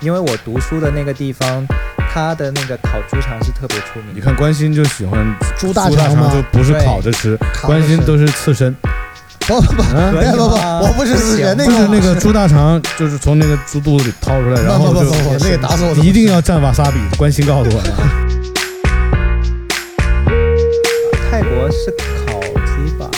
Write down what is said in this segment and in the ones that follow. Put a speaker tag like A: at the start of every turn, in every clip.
A: 因为我读书的那个地方，它的那个烤猪肠是特别出名
B: 你
A: 的。
B: 看关心就喜欢
C: 猪
B: 大
C: 大肠吗
B: 就不是烤着吃，
C: 烤着
B: 关
C: 吃
B: 心都是刺身，
C: 不不不，
B: 啊
C: 不
A: 可以
C: 不不，
A: 吗
C: 我不是死人，那
B: 不
C: 个
B: 是那个猪大肠，就是从那个猪肚子里掏出来，然
C: 不
B: 后
C: 不不
B: 就
C: 不不，那个打死我都不
B: 一定要蘸瓦萨比。关心告诉我的，
A: 泰国是烤鸡吧？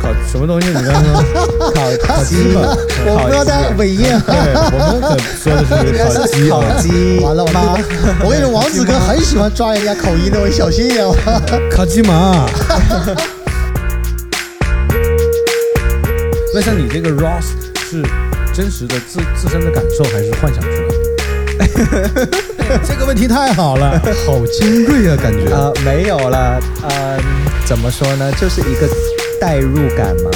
B: 烤什么东西？你刚才说
A: 烤烤鸡吧？
C: 我不知道大家尾音。
B: 对，我们可说的是烤鸡
A: 烤
B: 啊，
A: 鸡
C: 完了，我
A: 妈
C: 跟你我跟你说，王子哥很喜欢抓人家口音的，我小心一点哦。
B: 烤鸡嘛。那像你这个 Ross 是真实的自自身的感受，还是幻想出来的？这个问题太好了，
D: 好尖锐啊，感觉。
A: 呃，没有了，嗯、怎么说呢？就是一个代入感嘛。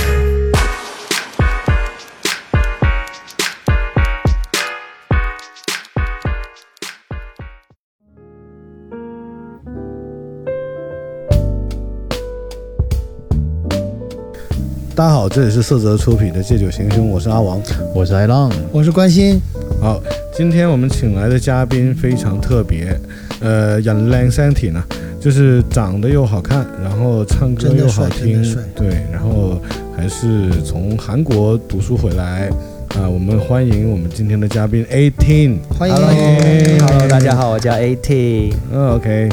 B: 大家好，这里是色泽出品的《借酒行凶》，我是阿王。
D: 我是艾浪，
C: 我是关心，
B: 好，今天我们请来的嘉宾非常特别，呃，杨澜三体呢，就是长得又好看，然后唱歌
C: 真的
B: 又好
C: 帅
B: 听
C: 真的帅，
B: 对，然后还是从韩国读书回来。啊、我们欢迎我们今天的嘉宾 Eighteen。
A: 哎
C: 欢迎
A: Hello，Hello，大家好，我叫 AT，
B: 嗯，OK，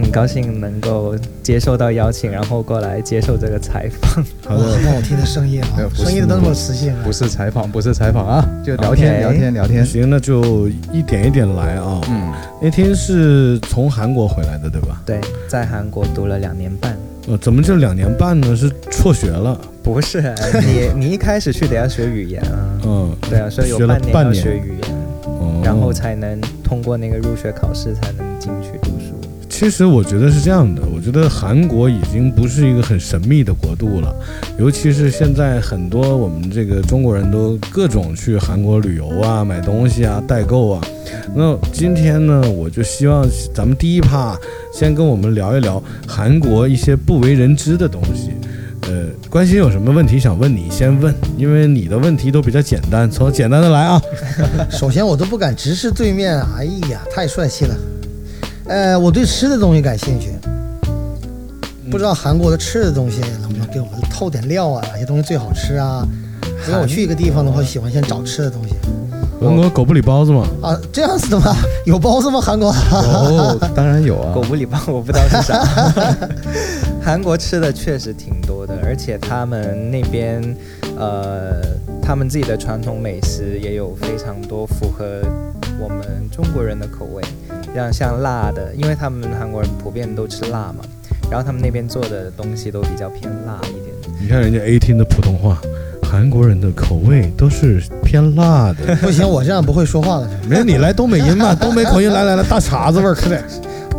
A: 很高兴能够接受到邀请，然后过来接受这个采 访。
B: 好
C: 哇，
B: 的，
C: 很好听的声音啊
D: 哎，不是
C: 声音都那么磁性啊
D: 不。是采访，不是采访啊，就聊天
A: OK
D: 聊天聊天。
B: 行，那就一点一点来啊。
D: 嗯，
B: Eighteen 是从韩国回来的，对吧？
A: 对，在韩国读了两年半。
B: 呃，怎么就两年半呢？是辍学了？
A: 不是，哎 你你一开始去得要学语言啊，
B: 嗯，
A: 对啊，所以有
B: 学了
A: 半年
B: 半
A: 要
B: 年
A: 学语言，
B: 哦
A: 然后才能通过那个入学考试，才能进去读书。
B: 其实我觉得是这样的，我觉得韩国已经不是一个很神秘的国度了，尤其是现在很多我们这个中国人都各种去韩国旅游啊、买东西啊、代购啊。那今天呢，我就希望咱们第一趴先跟我们聊一聊韩国一些不为人知的东西。呃，关心有什么问题想问你，先问，因为你的问题都比较简单，从简单的来啊。
C: 首先我都不敢直视对面，哎呀，太帅气了。呃，我对吃的东西感兴趣，
A: 嗯
C: 不知道韩国的吃的东西能不能给我们透点料啊？哪些东西最好吃啊？因为我去一个地方的话，喜欢先找吃的东西
B: 韩国狗不理包子嘛，
C: 啊，这样子的吗？有包子吗？韩 国？
D: 有，
B: 哦
D: 当然有啊
A: 狗。不理包我不知道是 啥。韩国吃的确实挺多的，而且他们那边，呃，他们自己的传统美食也有非常多符合我们中国人的口味，像像辣的，因为他们韩国人普遍都吃辣嘛，然后他们那边做的东西都比较偏辣一点。
B: 你看人家 A t 的普通话，韩国人的口味都是偏辣的。
C: 不行，我这样不会说话了。
B: 没事，你来东北音吧，东北口音来来来，大碴子味儿，快点，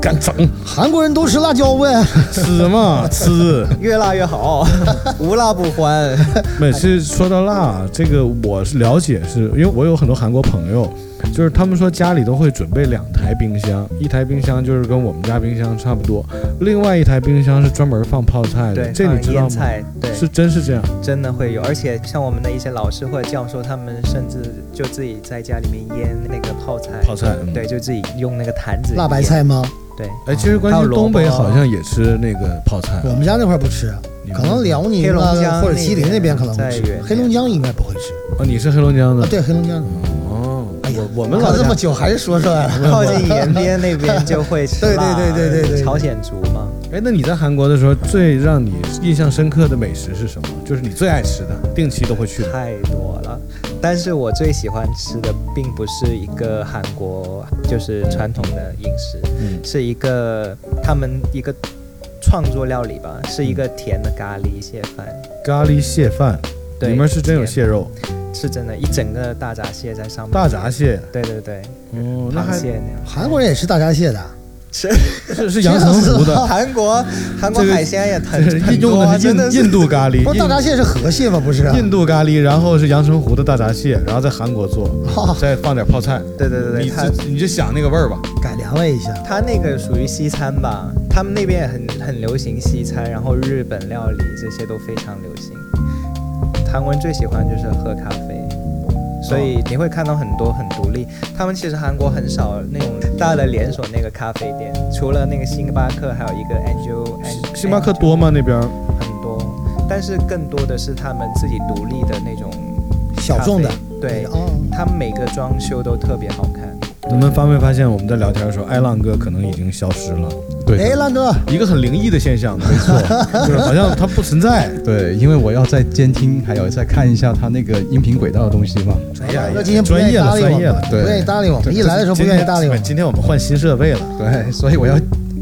B: 敢整
C: 韩国人都吃辣椒呗，
B: 吃嘛吃。
A: 越辣越好， 无辣不 欢。
B: 每次说到辣，这个我是了解是，因为我有很多韩国朋友，就是他们说家里都会准备两台冰箱，一台冰箱就是跟我们家冰箱差不多，另外一台冰箱是专门放泡菜的，
A: 对，
B: 这
A: 放
B: 你知道
A: 腌
B: 吗？
A: 菜对，
B: 是真是这样，
A: 真的会有，而且像我们的一些老师或者教授，他们甚至就自己在家里面腌那个泡菜，
B: 泡菜。嗯
A: 对，。就自己用那个坛子
C: 辣白
A: 腌，
C: 菜吗？
A: 对，
B: 哎，其实关
A: 还有
B: 键
A: 萝
B: 东
A: 卜
B: 北好像也吃那个泡菜啊
C: 我，们家那块儿不吃，
B: 你们
C: 可能辽宁
A: 嗯黑龙江
C: 啊或者吉林那边可能会
A: 那边再嗯
C: 吃
A: 远，
C: 黑龙江应该不会吃
B: 哦，你是黑龙江的
C: 啊。，对，黑龙江。
B: 哦，
C: 哎呀
B: 我我们
C: 搞
B: 老
C: 这
B: 家
C: 么久还是说 出来了。
A: 靠近延边那边就会吃
C: 对对
A: 辣
C: 对对对对对
A: 朝鲜族嘛，
B: 哎，那你在韩国的时候，最让你印象深刻的美食是什么？就是你最爱吃的，定期都会去的。
A: 太多了。但是我最喜欢吃的并不是一个韩国就是传统的饮食，
B: 嗯，
A: 是一个他们一个创作料理吧，是一个甜的咖喱蟹饭。
B: 咖喱蟹饭
A: 对，
B: 里面是真有
A: 甜
B: 蟹肉，
A: 是真的，一整个大闸蟹在上面。
B: 大闸蟹。
A: 对对对，
B: 哦，那
A: 螃
B: 还
A: 蟹那样。
C: 韩国人也吃大闸蟹的，
A: 是
B: 是是阳澄湖的，
A: 韩国韩国
B: 这个
A: 海鲜也
B: 这
A: 很
B: 是印
A: 很
B: 用
A: 多啊，
B: 的是
A: 真的
B: 印
A: 是
B: 印度咖喱，
C: 不是大闸蟹是河蟹吗？不是啊，
B: 印度咖喱，然后是阳澄湖的大闸蟹，然后在韩国做，
C: 哈
B: 再放点泡菜，
A: 对对对对，
B: 你
A: 它
B: 就你就想那个味儿吧。
C: 改良了一下。
A: 它那个属于西餐吧，他们那边也很很流行西餐，然后日本料理这些都非常流行。韩国人最喜欢就是喝咖啡，所以你会看到很多很独立。他们其实韩国很少那种大的连锁那个咖啡店，除了那个星巴克，还有一个 Angel。
B: 星星
A: 哎
B: 巴克多吗？那边？
A: 很多，但是更多的是他们自己独立的那种
C: 小众的
A: 咖啡对，
C: 哦，
A: 他们每个装修都特别好看。
B: 你们发没发现我们在聊天的时候，艾浪哥可能已经消失了，
C: 哎，
D: 对
C: 浪哥，
B: 一个很灵异的现象，没错，就是好像他不存在。
D: 对，因为我要再监听，还有再看一下他那个音频轨道的东西嘛。
B: 哎呀
C: 浪哥今天不
B: 专
C: 愿意
B: 业了
C: 搭理我
B: 专业
C: 们
B: 了，
C: 不
D: 对
C: 愿意搭理我们，一来的时候不愿意搭理我
B: 今天
C: 们，
B: 今天我们换新设备了，
D: 对，所以我要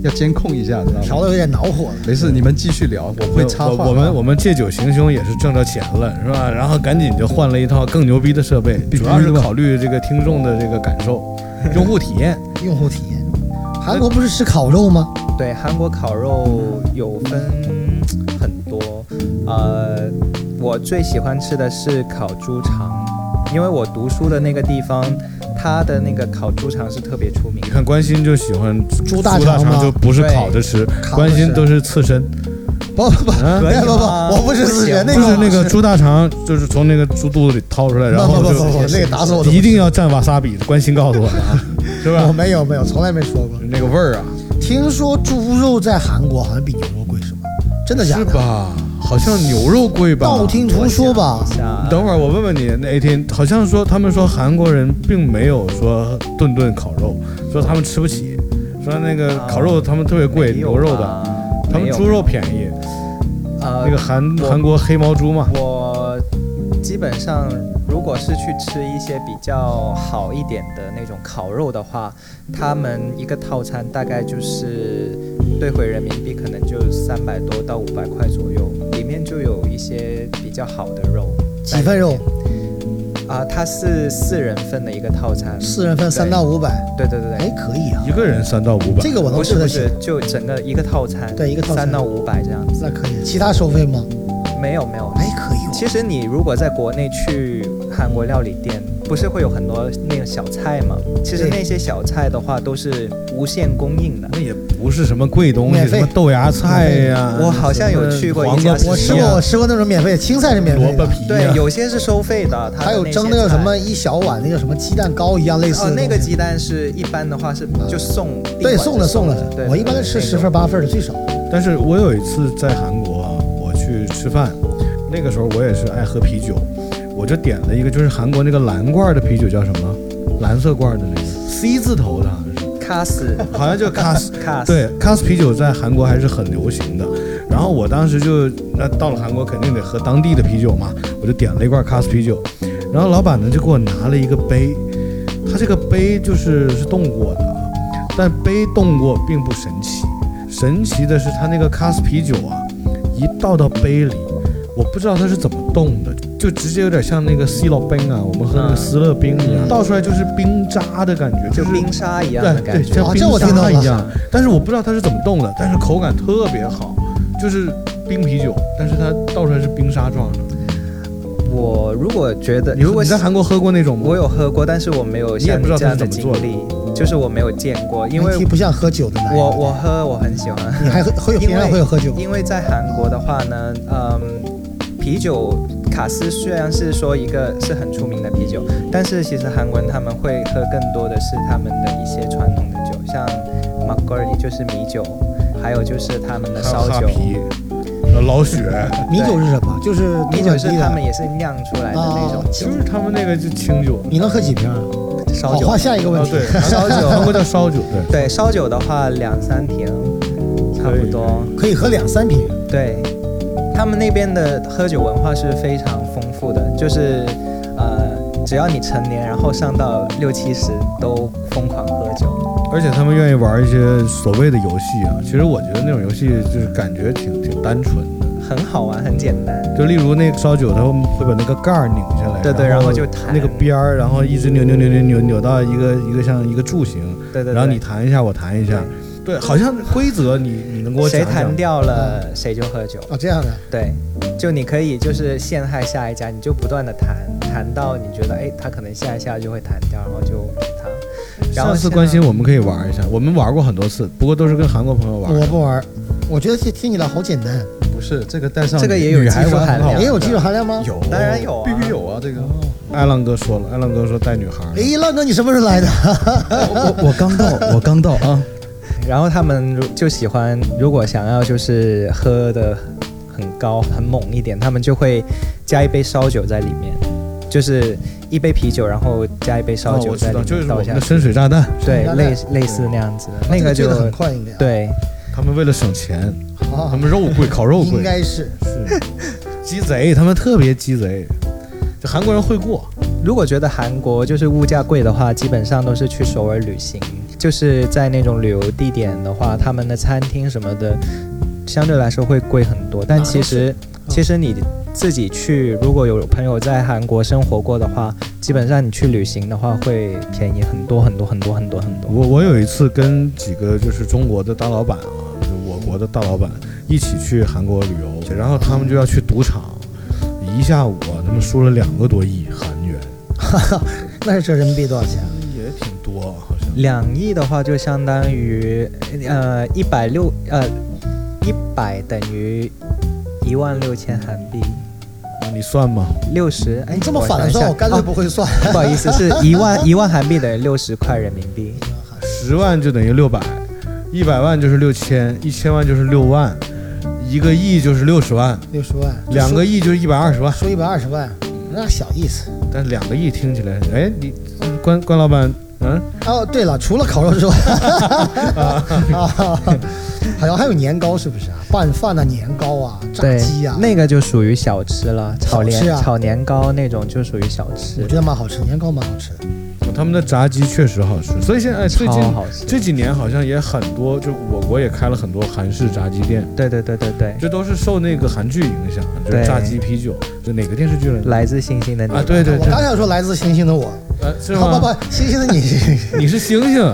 D: 要监控一下，知道吗？
C: 调的有点恼火了。
D: 没事，你们继续聊，我会插话。
B: 我我 们我们借酒行凶也是挣着钱了，是吧？然后赶紧就换了一套更牛逼的设备，
D: 必须
B: 主要是考虑这个听众的这个感受、用户体验。
C: 用户体验，
B: 哎
C: 韩国不是吃烤肉吗？
A: 对，韩国烤肉有分很多，呃，我最喜欢吃的是烤猪肠，因为我读书的那个地方，它的那个烤猪肠是特别出名
B: 你。看关心就喜欢
C: 猪
B: 大
C: 大肠吗
B: 就不是烤着吃，
C: 烤
B: 关
C: 着
B: 心
C: 吃
B: 都是刺身，
C: 不不不，
B: 啊
A: 可以
C: 不不不，
A: 吗
C: 我不是死人，
A: 不
C: 那
A: 行
B: 就是
C: 个
A: 吗
B: 那个猪大肠，就是从那个猪肚子里掏出来，然后
C: 不不不不不，那
B: 就
C: 个打死我都不
B: 一定要蘸瓦萨比。关心告诉我的啊，是
C: 我
B: 吧？
C: 没有没有，从来没说过。
D: 那个味儿啊，
C: 听说猪肉在韩国好像比牛肉贵，是吗？真的假
D: 是
C: 的？
D: 吧？好像牛肉贵吧？
C: 道听途说嗯吧，
A: 像
B: 等会儿我问问你，那 A T 好像说他们说韩国人并没有说顿顿烤肉，说他们吃不起，说那个
A: 啊
B: 烤肉他们特别贵，牛肉的，，
A: 呃
B: 他们猪肉便宜。
A: 宜。呃，
B: 那个韩
A: 我
B: 韩国黑毛猪 嘛，
A: 我基本上如果是去吃一些比较好一点的那种烤肉的话，他们一个套餐大概就是兑回人民币可能就三百多到五百块左右，里面就有一些比较好的肉
C: 几份肉？
A: 啊、它是四人份的一个套餐，
C: 四人份三到五百，
A: 对对对对，，
C: 哎可以啊
B: 一，个人三到五百
C: 这。个我能
A: 不是
C: 吃得
A: 不
C: 起
A: 是，，就整个一个套餐，
C: 对一个套餐
A: 三到五百这样子，
C: 那可以。其他收费吗？
A: 没有没有，
C: 哎，可以哦。
A: 其实你如果在国内去韩国料理店，不是会有很多那个小菜吗？其实
C: 对
A: 那些小菜的话都是无限供应的。
B: 那也不是什么贵东西，
C: 免
B: 什
C: 费
B: 么豆芽菜呀、
A: 我好像有去过
B: 黄
A: 一
B: 瓜
A: 家
B: 皮呀、
C: 我吃过，我吃过那种免费的，青菜是免
B: 萝
C: 费
B: 卜
C: 的，
B: 皮、呀。
A: 对，有些是收费的，它的
C: 还有
A: 那些
C: 蒸那个什
A: 菜
C: 么一小碗那个什么鸡蛋糕一样类似
A: 哦
C: 的，
A: 那个
C: 东西
A: 鸡蛋是一般的话是就送，
C: 对
A: 一碗是
C: 送的送
A: 的。对
C: 的，我一般都吃十。
A: 对
C: 份八份的最少。
B: 但是我有一次在韩国啊，我去吃饭，那个时候我也是爱喝啤酒，我就点了一个就是韩国那个蓝罐的啤酒，叫什么？蓝色罐的那个 C 字头的，好像是，
A: 那种卡斯
B: 好像叫 Cass。
A: 卡斯，
B: 对，Cass 啤酒在韩国还是很流行的。然后我当时就那到了韩国肯定得喝当地的啤酒嘛，我就点了一罐 Cass 啤酒，然后老板呢就给我拿了一个杯，他这个杯就是是冻过的，啊，但杯冻过并不神奇，神奇的是他那个 Cass 啤酒啊，一倒到杯里。我不知道它是怎么冻的，就直接有点像那个西乐冰啊，我们喝那个斯乐冰一样，
A: 嗯
B: 倒出来就是冰渣的感觉，
A: 就是冰沙一样
B: 对
A: 的感
B: 对，
A: 觉。
B: 像
C: 哦这
B: 冰
C: 我听
B: 沙
C: 懂
B: 一
C: 了
B: 样，但是我不知道它是怎么冻的，但是口感特别好，就是冰啤酒，但是它倒出来是冰沙状的。
A: 我如果觉得，
B: 你
A: 如果
B: 你在韩国喝过那种吗
A: 我？有喝过，但是我没有
B: 你也
A: 像
B: 不知道
A: 这样
B: 它
A: 的
B: 是怎
A: 经
B: 么做的
A: 历，就是我没有见过，因为
C: AT 不像喝酒的男人
A: 我我喝我很喜欢。
C: 你还喝会有
A: 因为
C: 平常会有喝酒吗？
A: 因为在韩国的话呢，嗯，啤酒卡斯虽然是说一个是很出名的啤酒，但是其实韩国人他们会喝更多的是他们的一些传统的酒，像 m a g o r i 就是米酒，还有就是他们的
B: 还有
A: 烧
B: 哈
A: 酒。
B: 啤，呃老雪，
C: 米酒是什么？就是
A: 米酒
C: 本
A: 是
C: 地
A: 他
C: 的
A: 们。也是酿出来的那种酒
B: 就，是他们那个就清酒。
C: 你能喝几瓶啊？
A: 烧
C: 好，
A: 酒哦
C: 换。下一个问
B: 啊
C: 题。
B: 对，
A: 烧酒
B: 韩国叫烧酒，对。
A: 对，烧酒的话两三瓶，差不多。
C: 可以喝两 三瓶，
A: 对，他们那边的喝酒文化是非常丰富的，就是呃，只要你成年，然后上到六七十都疯狂喝酒。
B: 而且他们愿意玩一些所谓的游戏啊，其实我觉得那种游戏就是感觉挺挺单纯的，
A: 很好玩，很简单，
B: 就例如那个烧酒，他们会把那个盖儿拧下来，
A: 对对然后就弹
B: 那个边儿，然后一直扭扭扭扭扭扭到一个一个像一个柱形，
A: 对对对。
B: 然后你弹一下，我弹一下，对，好像规则你你能给我讲
A: 谁
B: 讲
A: 弹掉了谁就喝酒。
C: 哦，这样的，
A: 对，就你可以就是陷害下一家，你就不断的弹，弹到你觉得哎，他可能下一下就会弹掉，然后就给他。然后
B: 上次
A: 现在
B: 关心我们可以玩一下，我们玩过很多次，不过都是跟韩国朋友玩。
C: 我不玩儿。我觉得听听起来好简单，
D: 不是这个带上
A: 这个也有
D: 女孩
A: 技术
D: 玩
A: 含
D: 很好
A: 量
C: 也有技术含量吗？。
D: 有，
A: 当然有啊
D: 必须有啊！这个
B: 哦艾浪哥说了，艾浪哥说带女孩儿。
C: 哎，浪哥，你什么时候来的？
D: 我我我刚 到，我刚到啊！
A: 然后他们如就喜欢，如果想要就是喝的很高很猛一点，他们就会加一杯烧酒在里面，就是一杯啤酒，然后加一杯烧
B: 哦
A: 酒
B: 我
A: 在
B: 知
A: 里
B: 道，就
A: 面
B: 是我
A: 倒
B: 们
A: 下
B: 的
A: 去。
B: 深水炸弹，
A: 对
C: 炸，弹
A: 类类似那样子的，那
C: 这
A: 个
C: 追
A: 就
C: 得很快应啊该。
A: 对，
B: 他们为了省钱，
C: 啊
B: 他，们肉贵，烤肉
C: 应
B: 贵，
C: 该是
B: 是鸡贼，他们特别鸡贼。这韩国人会过，
A: 如果觉得韩国就是物价贵的话，基本上都是去首尔旅行。就是在那种旅游地点的话，他们的餐厅什么的，相对来说会贵很多。但其
C: 啊
A: 实，其实你自己去，如果有朋友在韩国生活过的话，基本上你去旅行的话会便宜很多很多很多很多很多。
B: 我我有一次跟几个就是中国的大老板啊，就我国的大老板一起去韩国旅游，然后他们就要去赌场，一下午啊，他们输了两个多亿韩元，
C: 那是折人民币多少钱？
B: 也挺多，啊好像
A: 两亿的话，就相当于呃一百六呃一百等于一万六千韩币，
B: 你算吗？
A: 六十哎
C: 你这么
A: 我
C: 反
A: 想
C: 着
A: 一
C: 算，
A: 下哦
C: 我干脆不会算。
A: 不好意思，是一万一万韩币等于六十块人民币。
B: 十万就等于六百，一百万就是六千，一千万就是六万，一个亿就是六十万，
C: 六十万，
B: 两个亿就是一百二十万。
C: 说一百二十万，那小意思。
B: 但是两个亿听起来，哎，你关关老板，嗯，
C: 哦，对了，除了烤肉之外， 啊，好像还有年糕，是不是啊？拌饭啊，年糕啊，炸鸡啊，
A: 那个就属于小吃了，炒
C: 小吃
A: 年
C: 啊
A: 炒年糕那种就属于小
C: 我
A: 吃
C: 觉，得蛮好吃，年糕蛮好吃的。
B: 他们的炸鸡确实好吃，所以现在哎最近
A: 超好吃。
B: 这几年好像也很多，就我国也开了很多韩式炸鸡店，
A: 对对对对对，
B: 这都是受那个韩剧影响，就是
A: 对
B: 炸鸡啤酒，这哪个电视剧来着？
A: 来自星星的你
B: 啊，对对
C: 我
B: 对，
C: 刚想说来自星星的我，
B: 呃，是
C: 不
B: 吗？
C: 不不，星星的 你
B: 你是星星，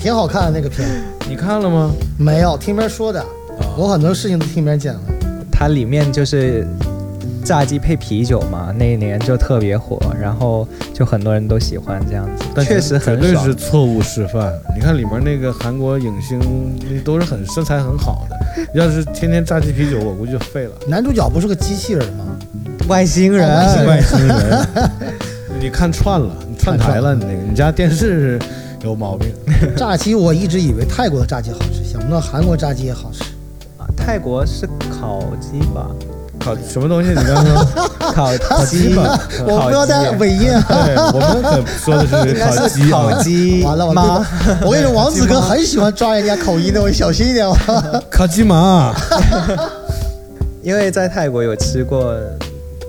C: 挺好看的那个片，
B: 你看了吗？
C: 没有听别人说的，我很多事情都听别人讲的。
A: 它里面就是炸鸡配啤酒嘛，那一年就特别火，然后就很多人都喜欢这样子，
B: 但
A: 确实
B: 绝
A: 很
B: 对是
A: 爽。
B: 错误示范。你看里面那个韩国影星，那都是很身材很好的。要是天天炸鸡啤酒，我估计就废了。
C: 男主角不是个机器人吗？
A: 外星人，
C: 哦外星人
B: 外星人， 你看串了，你串台了，你那个，你家电视有毛病。
C: 炸鸡我一直以为泰国的炸鸡好吃，想不到韩国炸鸡也好吃。
A: 啊泰国是烤鸡吧？
B: 烤什么东西？你刚刚 说，
A: 烤鸡，
C: 我不要带
A: 烤鸡
C: 尾音啊！
B: 对我们可说的是烤鸡
A: 烤
B: 啊，
A: 鸡
C: 完了完
A: 吗
C: 了？，我跟你说，王子哥很喜欢抓人家口音的，我小心一点哦吧。
B: 烤鸡嘛。
A: 因为在泰国有吃过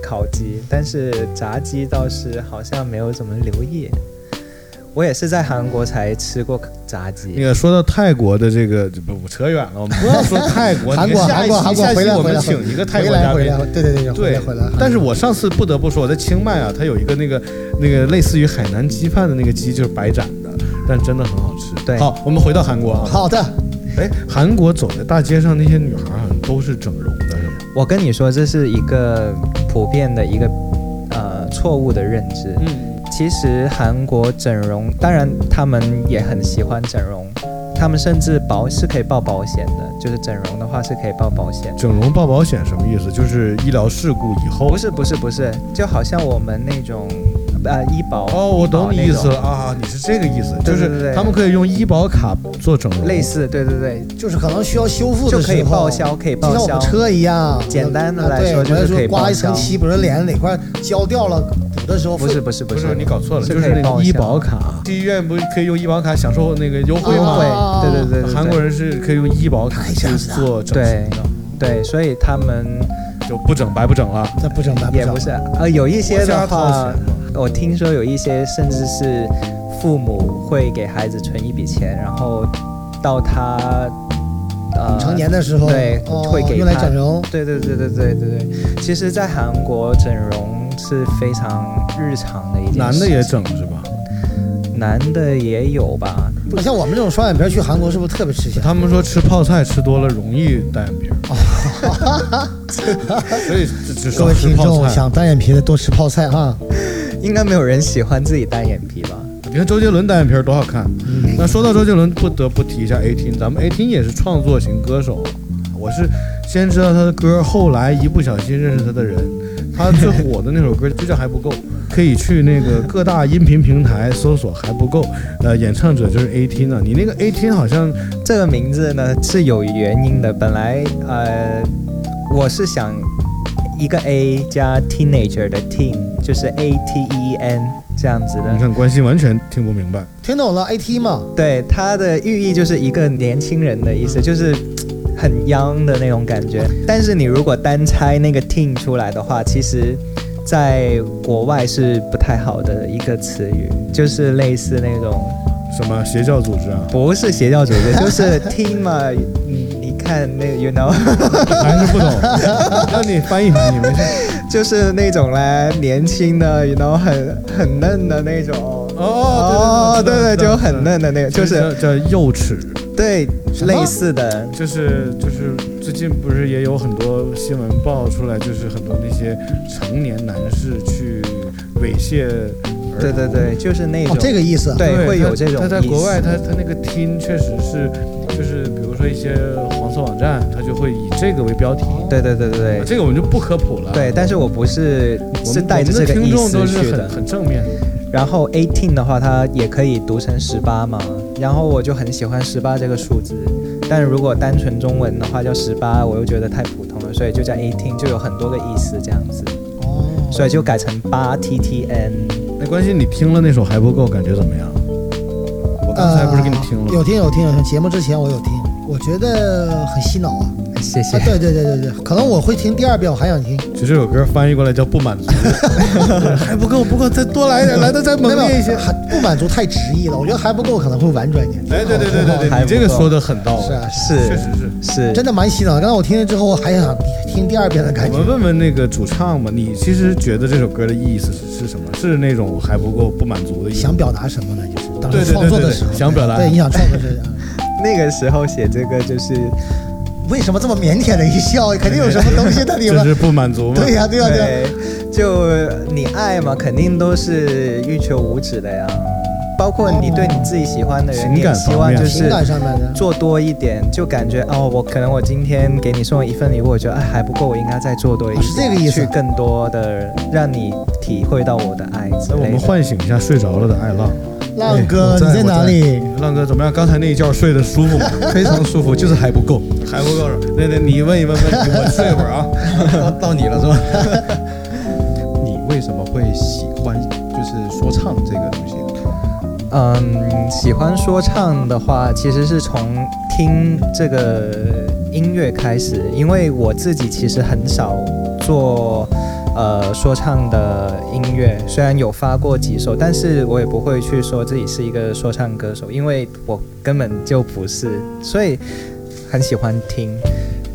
A: 烤鸡，但是炸鸡倒是好像没有怎么留意。我也是在韩国才吃过炸
B: 那
A: 鸡，
B: 个说到泰国的这个，这不扯远了，我们不要说泰国。
C: 韩
B: 你
C: 国
B: 看下
C: 韩
B: 一
C: 国
B: 期
C: 韩国
B: 下一期
C: 回来
B: 我
C: 回
B: 们
C: 来
B: 请一个泰
C: 回
B: 国嘉
C: 来回
B: 宾
C: 来，。对对对，回
B: 对
C: 来回来。
B: 但是我上次不得不说，我在清迈啊，它有一个那个那个类似于海南鸡饭的那个鸡，就是白斩的，但真的很好吃。
A: 对
B: 好，我们回到韩国啊。
C: 好的，
B: 哎，韩国走在大街上那些女孩好像都是整容的，是吗？
A: 我跟你说，这是一个普遍的一个呃错误的认知。
B: 嗯，
A: 其实韩国整容，当然他们也很喜欢整容，他们甚至保是可以报保险的，就是整容的话是可以报保险的。
B: 整容报保险什么意思？就是医疗事故以后
A: 不。是不是不是，就好像我们那种呃医保
B: 哦，我懂你
A: 医保那
B: 意
A: 种
B: 思了啊，你是这个意思，就
A: 对对
B: 是
A: 对
B: 他们可以用医保卡做整容，
A: 类似，对对对，
C: 就是可能需要修复
A: 就
C: 的时
A: 可
C: 候，
A: 以报销，可以
C: 就
A: 报
C: 像我
A: 销
C: 们。车一样，
A: 简单的
C: 啊
A: 来
C: 对
A: 说就
C: 我
A: 是
C: 要
A: 可以
C: 刮
A: 报
C: 一层
A: 销
C: 漆，比如说脸哪块焦掉了，补的时候
A: 不
C: 费
A: 是不是
B: 不
A: 不
B: 是
A: 是
B: 你搞错了，
A: 是
B: 就
A: 可以
B: 是那
A: 报
B: 个医
A: 销
B: 保卡，去医院不是可以用医保卡享受那个优惠
A: 优
B: 吗？
A: 惠
C: 啊，
A: 对对对对，
B: 韩国
A: 人
B: 人是可以用医保卡
C: 太
B: 去
C: 吓人了
B: 做整形的，
A: 对，所以他们
B: 就不整白不整了。
C: 那不整白
A: 也
C: 整
A: 不是呃，有一些
B: 国家
A: 的
B: 掏
A: 话
B: 钱嘛，
A: 我听说有一些甚至是父母会给孩子存一笔钱，然后到他呃
C: 成年的时候，
A: 对
C: 哦
A: 会给
C: 用来
A: 他
C: 整容，
A: 对对对对对对对，其实，在韩国整容是非常日常的一件事。
B: 男的也整是吧？
A: 男的也有吧？
C: 那像我们这种双眼皮儿去韩国是不是特别吃香？
B: 他们说吃泡菜吃多了容易单眼 皮儿，所以只只
C: 各
B: 说
C: 位
B: 吃
C: 听
B: 泡
C: 众
B: 菜。
C: 想单眼皮的多吃泡菜哈。
A: 应该没有人喜欢自己单眼皮吧？
B: 你看周杰伦单眼皮儿多好看。
A: 嗯
B: 那说到周杰伦，不得不提一下 ATEEN，咱们 ATEEN 也是创作型歌手。我是先知道他的歌，后来一不小心认识他的人。他最火的那首歌就叫《还不够》，可以去那个各大音频平台搜索“还不够”。呃，演唱者就是 ATEEN 啊。你那个 ATEEN 好像
A: 这个名字呢是有原因的，本来呃我是想一个 A 加 teenager 的 teen，就是 A T E E N 这样子
B: 你
A: 的。
B: 看关系完全听不明白。
C: 听懂了 AT 嘛？
A: 对，它的寓意就是一个年轻人的意思，就是嘖很 young 的那种感觉。但是你如果单拆那个 teen 出来的话，其实。在国外是不太好的一个词语，就是类似那种
B: 什么邪教组织啊？
A: 不是邪教组织，就是 teen 嘛。你你看那个 you know，
B: 还是不懂？ 那你翻译翻译，没事。
A: 就是那种嘞，年轻的，然后很很嫩的那种。
B: 哦
A: 对对，就很嫩的那个，
B: 就
A: 就是
B: 叫幼齿，
A: 对
C: 什么
A: 类似的，
B: 就是就是最近不是也有很多新闻爆出来，就是很多那些成年男士去猥亵儿童
A: 对对对，就是那
C: 哦
A: 种，
C: 这个意思啊。
A: 对会有
B: 他
A: 这种
B: 他在
A: 意思
B: 国外，他他那个 teen 确实是，就是比如说一些黄色网站，他就会以这个为标题。
C: 哦
A: 对对对对
B: 啊
A: 对
B: 这个我们就不科普了。
A: 对，但是我不是
B: 我们
A: 是带着这
B: 我们的
A: 个
B: 听
A: 意
B: 众
A: 思
B: 都
A: 去
B: 是很
A: 的。
B: 很正面的。
A: 然后 eighteen 的话，它也可以读成十八嘛，然后我就很喜欢十八这个数字，但如果单纯中文的话叫十八，我又觉得太普通了，所以就叫 eighteen，就有很多个意思这样子，
C: 哦，
A: 所以就改成八 T T N。
B: 那关系你听了那首还不够，感觉怎么样？我刚
A: 呃
B: 才不是给你听了吗？
C: 呃有听有听有听，节目之前我有听，我觉得很洗脑啊。
A: 谢
C: 啊
A: 谢，
C: 对对对对对，可能我会听第二遍，我还想听。
B: 其实这首歌翻译过来叫不满足， 还不够，不够，再多来一哎 点，来的再猛
C: 没有
B: 烈一些。
C: 还不满足太直译了，我觉得还不够，可能会婉转一点。
B: 哎，对对对对对，
A: 还
B: 你
A: 不够
B: 这个说的很到
C: 是
B: 位，
C: 啊，
A: 是
B: 确实是。
A: 是，
C: 真的蛮洗脑的。刚才我听了之后，我还想听第二遍的感
B: 我
C: 觉
B: 们。问问那个主唱吧，你其实觉得这首歌的意思是是什么？是那种还不够不满足的意思？
C: 想表达什么呢？就是当
B: 对
C: 时
B: 对
C: 创
B: 对
C: 作的
B: 对
C: 时候，
B: 对，想表达。
C: 对你想创作是。
A: 那个时候写这个就是
C: 为什么这么腼腆的一笑？肯定有什么东西在里
B: 就
C: 面。
B: 是不哎满足嘛。
C: 对呀、对呀、对呀、
A: 啊就你爱嘛，肯定都是欲求无止的呀。包括你对你自己喜欢的人，
B: 情
A: 你也
B: 感
A: 希
B: 方
A: 望
B: 面
A: 就
C: 情
A: 是
C: 感上面的。
A: 做多一点，就感觉哦，我可能我今天给你送一份礼物，我觉得哎还不够，我应该再做多一
C: 哦
A: 点，
C: 是这个意思
A: 去更多的让你体会到我的爱之
B: 那我
A: 类
B: 们
A: 的。
B: 唤醒一下睡着了的爱浪，
C: 浪哥，
D: 哎我
C: 你
D: 在
C: 在哪里？
B: 浪哥怎么样？刚才那一觉睡得舒服 吗？
D: 非常舒服，就是还不够。
B: 还不够，那那你问一问问题，我睡会 儿啊。
D: 到到你了 是吧？你为什么会喜欢就是说唱这个东西？
A: 嗯，喜欢说唱的话，其实是从听这个音乐开始，因为我自己其实很少做呃说唱的音乐，虽然有发过几首，但是我也不会去说自己是一个说唱歌手，因为我根本就不是，所以很喜欢听。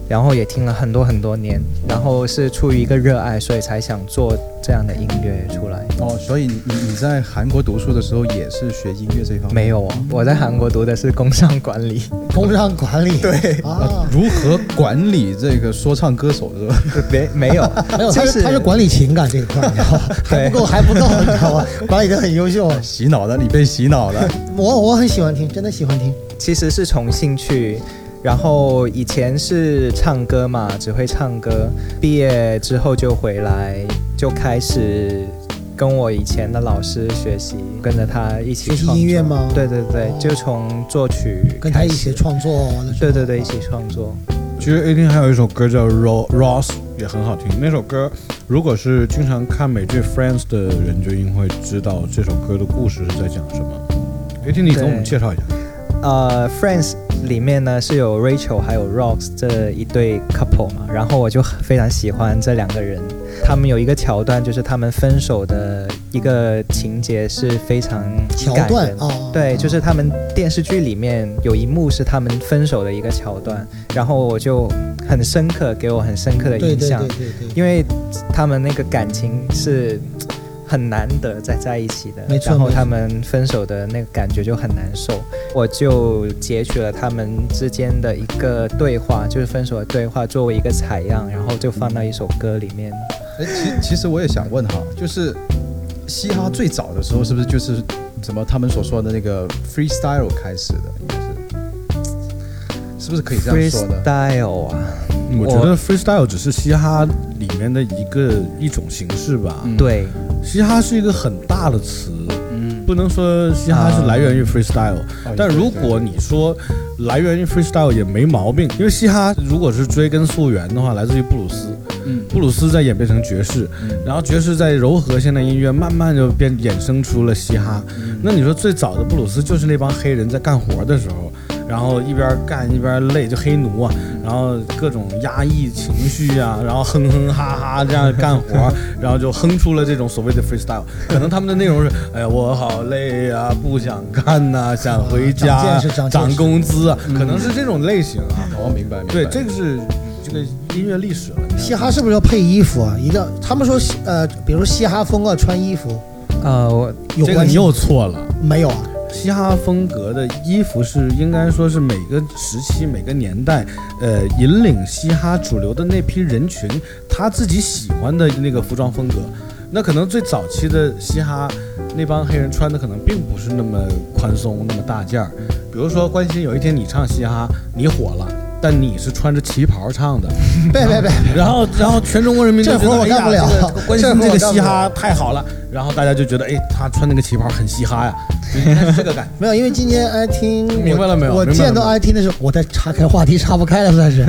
A: 然后也听了很多很多年，然后是出于一个热爱，所以才想做这样的音乐出来。
D: 哦，所以你你你在韩国读书的时候也是学音乐这一方面？
A: 没有哦，我在韩国读的是工商管理。
C: 工商管理。对啊，
D: 如何管理这个说唱歌手是吧？
A: 没没有，
C: 没有，他
A: 就是
C: 他是管理情感这一块儿，你知道吧？还不够， 还不够，你知道吧？管理的很优秀。
D: 洗脑了，你被洗脑了。
C: 我我很喜欢听，真的喜欢听。
A: 其实是从兴趣。然后以前是唱歌嘛，只会唱歌。毕业之后就回来，就开始跟我以前的老师学习，跟着他一起
C: 学习
A: 创
C: 音乐
A: 作
C: 吗
A: 对对对
C: 哦，
A: 就从作曲
C: 跟他
A: 开
C: 一
A: 始
C: 起。创作完了之
A: 对
C: 后
A: 对对，一起创作。
B: 其实 A 厅还有一首歌叫《Ro- Ross》，也很好听。那首歌，如果是经常看美剧《Friends》的人，就一定会知道这首歌的故事是在讲什么。A 厅，你给我们
A: 对
B: 介绍一下。
A: 呃，《Friends》里面呢是有 Rachel 还有 Ross 这一对 couple 嘛，然后我就非常喜欢这两个人。他们有一个桥段，就是他们分手的一个情节是非常
C: 桥
A: 感
C: 段
A: 人
C: 啊，哦
A: 对，就是他们电视剧里面有一幕是他们分手的一个桥段，然后我就很深刻，给我很深刻的
C: 对
A: 印
C: 对
A: 象
C: 对，对对，
A: 因为他们那个感情是很难得再在一起的，
C: 没错
A: 然后
C: 没错
A: 他们分手的那个感觉就很难受，我就截取了他们之间的一个对话，就是分手的对话作为一个采样，然后就放到一首歌里面。
D: 哎，其其实我也想问哈，就是嘻哈最早的时候是不是就是怎么他们所说的那个 freestyle 开始的？应该是，是不是可以这样说呢？
A: freestyle 啊，
B: 我觉得 freestyle 只是嘻哈里面的一个一种形式吧。
D: 嗯
A: 对，
B: 嘻哈是一个很大的词，
D: 嗯，
B: 不能说嘻哈是来源于 freestyle，、
D: 啊哦
B: 但如果你说来源于 freestyle 也没毛病，因为嘻哈如果是追根溯源的话，来自于布鲁斯，
D: 嗯
B: 布鲁斯再演变成爵士，
D: 嗯
B: 然后爵士再柔和现代音乐，慢慢就变衍生出了嘻哈。
C: 嗯
B: 那你说最早的布鲁斯就是那帮黑人在干活的时候，然后一边干一边累，就黑奴啊，
C: 嗯
B: 然后各种压抑情绪啊，然后哼哼哈哈这样干活， 然后就哼出了这种所谓的 freestyle。可能他们的内容是：哎呀，我好累啊，不想干呐、想回家、
C: 啊长见识长见识嗯
B: 涨工资啊，可能是这种类型啊。
D: 哦，明白明白。
B: 对，这个是这个音乐历史了。你看
C: 嘻哈是不是要配衣服啊？一定要，他们说嘻呃，比如说嘻哈风啊，穿衣服
A: 呃，我
C: 有
B: 这个
C: 关
B: 你
C: 系
B: 又错了。
C: 没有 啊？
B: 嘻哈风格的衣服是应该说是每个时期、每个年代，呃，引领嘻哈主流的那批人群他自己喜欢的那个服装风格。那可能最早期的嘻哈，那帮黑人穿的可能并不是那么宽松、那么大件儿。比如说，关心有一天你唱嘻哈，你火了，但你是穿着旗袍唱的，
C: 别别别，
B: 然 后，然后全中国人民都觉
C: 这活
B: 得
C: 儿我
B: 哎呀
C: 干不了
B: 这个关
C: 这
B: 心
C: 活儿
B: 这
C: 我
B: 个
C: 干不
B: 嘻哈
C: 了
B: 太好了，然后大家就觉得，哎，他穿那个旗袍很嘻哈呀，就应该是这个感觉。
C: 没有，因为今天 I T
B: 明白了没有
C: 我
B: 明白了
C: 见到
B: 没
C: I T 的时候，我在岔开话题，岔不开了，算是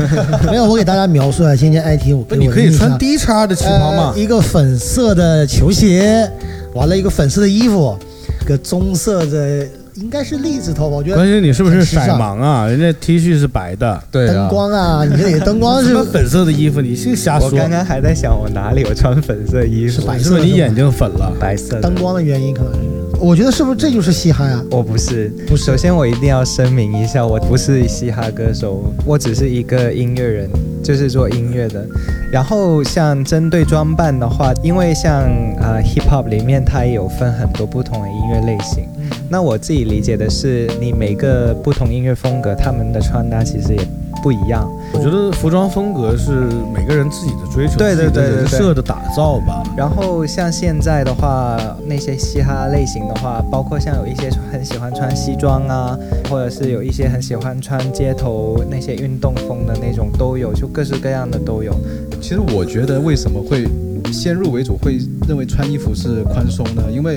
C: 没有。我给大家描述一下今天 I T，我
B: 不，
C: 给
B: 你
C: 我的
B: 可以
C: 印
B: 穿
C: 象
B: 低叉的旗袍嘛
A: 哎
C: 呃？一个粉色的球鞋，完了一个粉色的衣服，一个棕色的，应该是栗子头
A: 哎
C: 吧？我觉得
B: 关心你是不是
C: 很时
B: 色
C: 尚
B: 盲啊？人家 T 恤是白的，
D: 对
C: 灯光 啊，你这里灯光
B: 什
C: 是
B: 么粉色的衣服？你是瞎
A: 我
B: 说，
A: 刚刚还在想我哪里有穿粉色衣服，
C: 啊是白
B: 是不
C: 色
B: 是
C: 的
B: 你眼睛粉了？
A: 白色的
C: 灯光的原因，可能是我觉得是不是这就是嘻哈呀？
A: 我不是，
C: 不是
A: 首先我一定要声明一下，我不是嘻哈歌手，我只是一个音乐人，就是做音乐的。然后像针对装扮的话，因为像呃 hip hop 里面它也有分很多不同的音乐类型。那我自己理解的是，你每个不同音乐风格，他们的穿搭其实也不一样。
B: 我觉得服装风格是每个人自己的追求，
A: 对对
B: 自己的
A: 对对
B: 人
A: 对
B: 设的打造吧。
A: 然后像现在的话，那些嘻哈类型的话，包括像有一些很喜欢穿西装啊，或者是有一些很喜欢穿街头那些运动风的那种都有，就各式各样的都有。
D: 其实我觉得为什么会先入为主会认为穿衣服是宽松呢？因为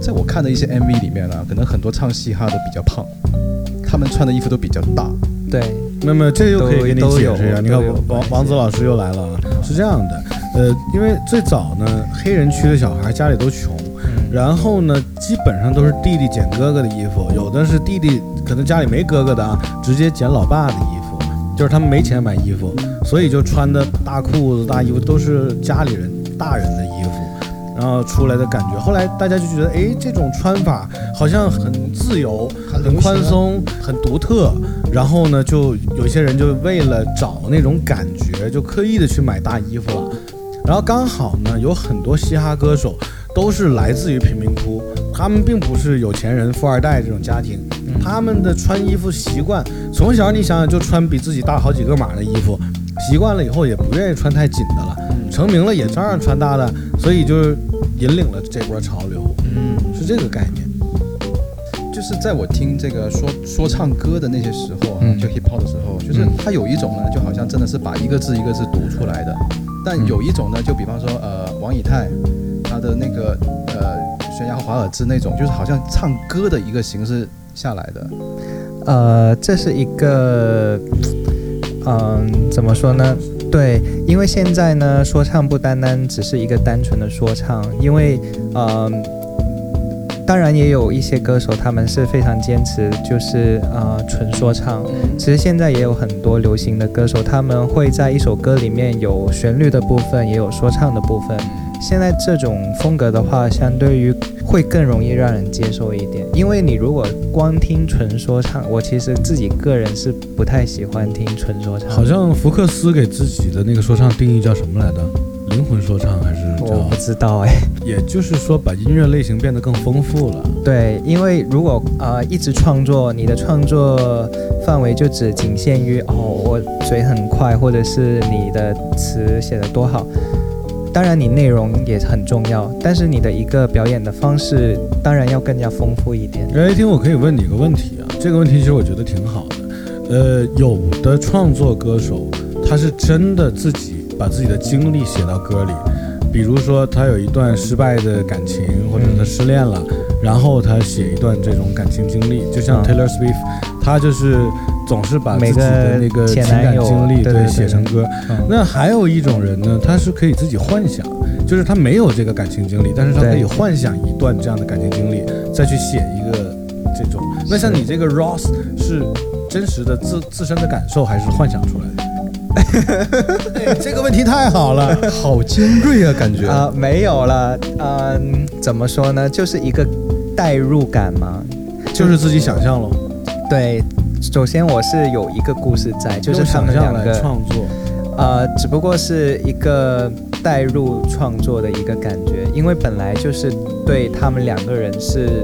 D: 在我看的一些 MV 里面呢、啊可能很多唱嘻哈的比较胖，他们穿的衣服都比较大。
A: 对，
B: 那么这又可以给你解释一下，
A: 都
B: 你看
A: 都有
B: 王
A: 关
B: 王
A: 系
B: 王子老师又来了啊，是这样的，呃，因为最早呢，黑人区的小孩家里都穷，
A: 嗯，
B: 然后呢，基本上都是弟弟捡哥哥的衣服，有的是弟弟可能家里没哥哥的啊，直接捡老爸的衣服，就是他们没钱买衣服，所以就穿的大裤子、大衣服都是家里人大人的衣服。然后出来的感觉，后来大家就觉得，哎，这种穿法好像很自由，
C: 很
B: 很
C: 流行啊
B: 宽松，很独特。然后呢，就有些人就为了找那种感觉，就刻意的去买大衣服了。然后刚好呢，有很多嘻哈歌手都是来自于贫民窟，他们并不是有钱人、富二代这种家庭，
C: 嗯
B: 他们的穿衣服习惯，从小你想想就穿比自己大好几个码的衣服，习惯了以后也不愿意穿太紧的了，成名了也照样穿大的，所以就是引领了这波潮流，
D: 嗯，
B: 是这个概念。
D: 就是在我听这个说说唱歌的那些时候啊，
A: 嗯
D: 就 hip hop 的时候，就是
A: 嗯
D: 它有一种呢，就好像真的是把一个字一个字读出来的，但
A: 嗯
D: 有一种呢，就比方说呃王以太，他的那个呃悬崖华尔兹那种，就是好像唱歌的一个形式下来的。
A: 呃，这是一个，嗯、怎么说呢？对，因为现在呢，说唱不单单只是一个单纯的说唱，因为，呃，当然也有一些歌手他们是非常坚持，就是呃纯说唱。其实现在也有很多流行的歌手，他们会在一首歌里面有旋律的部分，也有说唱的部分。现在这种风格的话，相对于会更容易让人接受一点，因为你如果光听纯说唱，我其实自己个人是不太喜欢听纯说唱的。
B: 好像福克斯给自己的那个说唱定义叫什么来着？灵魂说唱还是
A: 我
B: 叫
A: 不？知道哎。
B: 哦也就是说，把音乐类型变得更丰富了。
A: 对，因为如果呃一直创作，你的创作范围就只仅限于哦，我嘴很快，或者是你的词写得多好。当然，你内容也很重要，但是你的一个表演的方式当然要更加丰富一点。
B: 哎，听我可以问你一个问题啊，这个问题其实我觉得挺好的。呃，有的创作歌手，他是真的自己把自己的经历写到歌里，比如说他有一段失败的感情，或者他失恋了，然后他写一段这种感情经历，就像
A: 嗯
B: Taylor Swift，他就是总是把自己的那
A: 每
B: 个
A: 个
B: 情
A: 前
B: 感
A: 男友啊
B: 经历
A: 对对对
B: 写成歌。
A: 嗯
B: 那还有一种人呢，他是可以自己幻想，就是他没有这个感情经历，但是他可以
A: 对
B: 幻想一段这样的感情经历，再去写一个这种。那像你这个 Ross 是真实的自自身的感受，还是幻想出来 的？哎这个问题太好了，
D: 好尖锐啊，感觉。
A: 啊、没有了，嗯、怎么说呢？就是一个代入感嘛。
B: 就是自己想象喽，
A: 对，首先我是有一个故事在，就是
B: 用
A: 他
B: 想
A: 们两
B: 象来
A: 个
B: 创作。
A: 呃，只不过是一个代入创作的一个感觉，因为本来就是对他们两个人是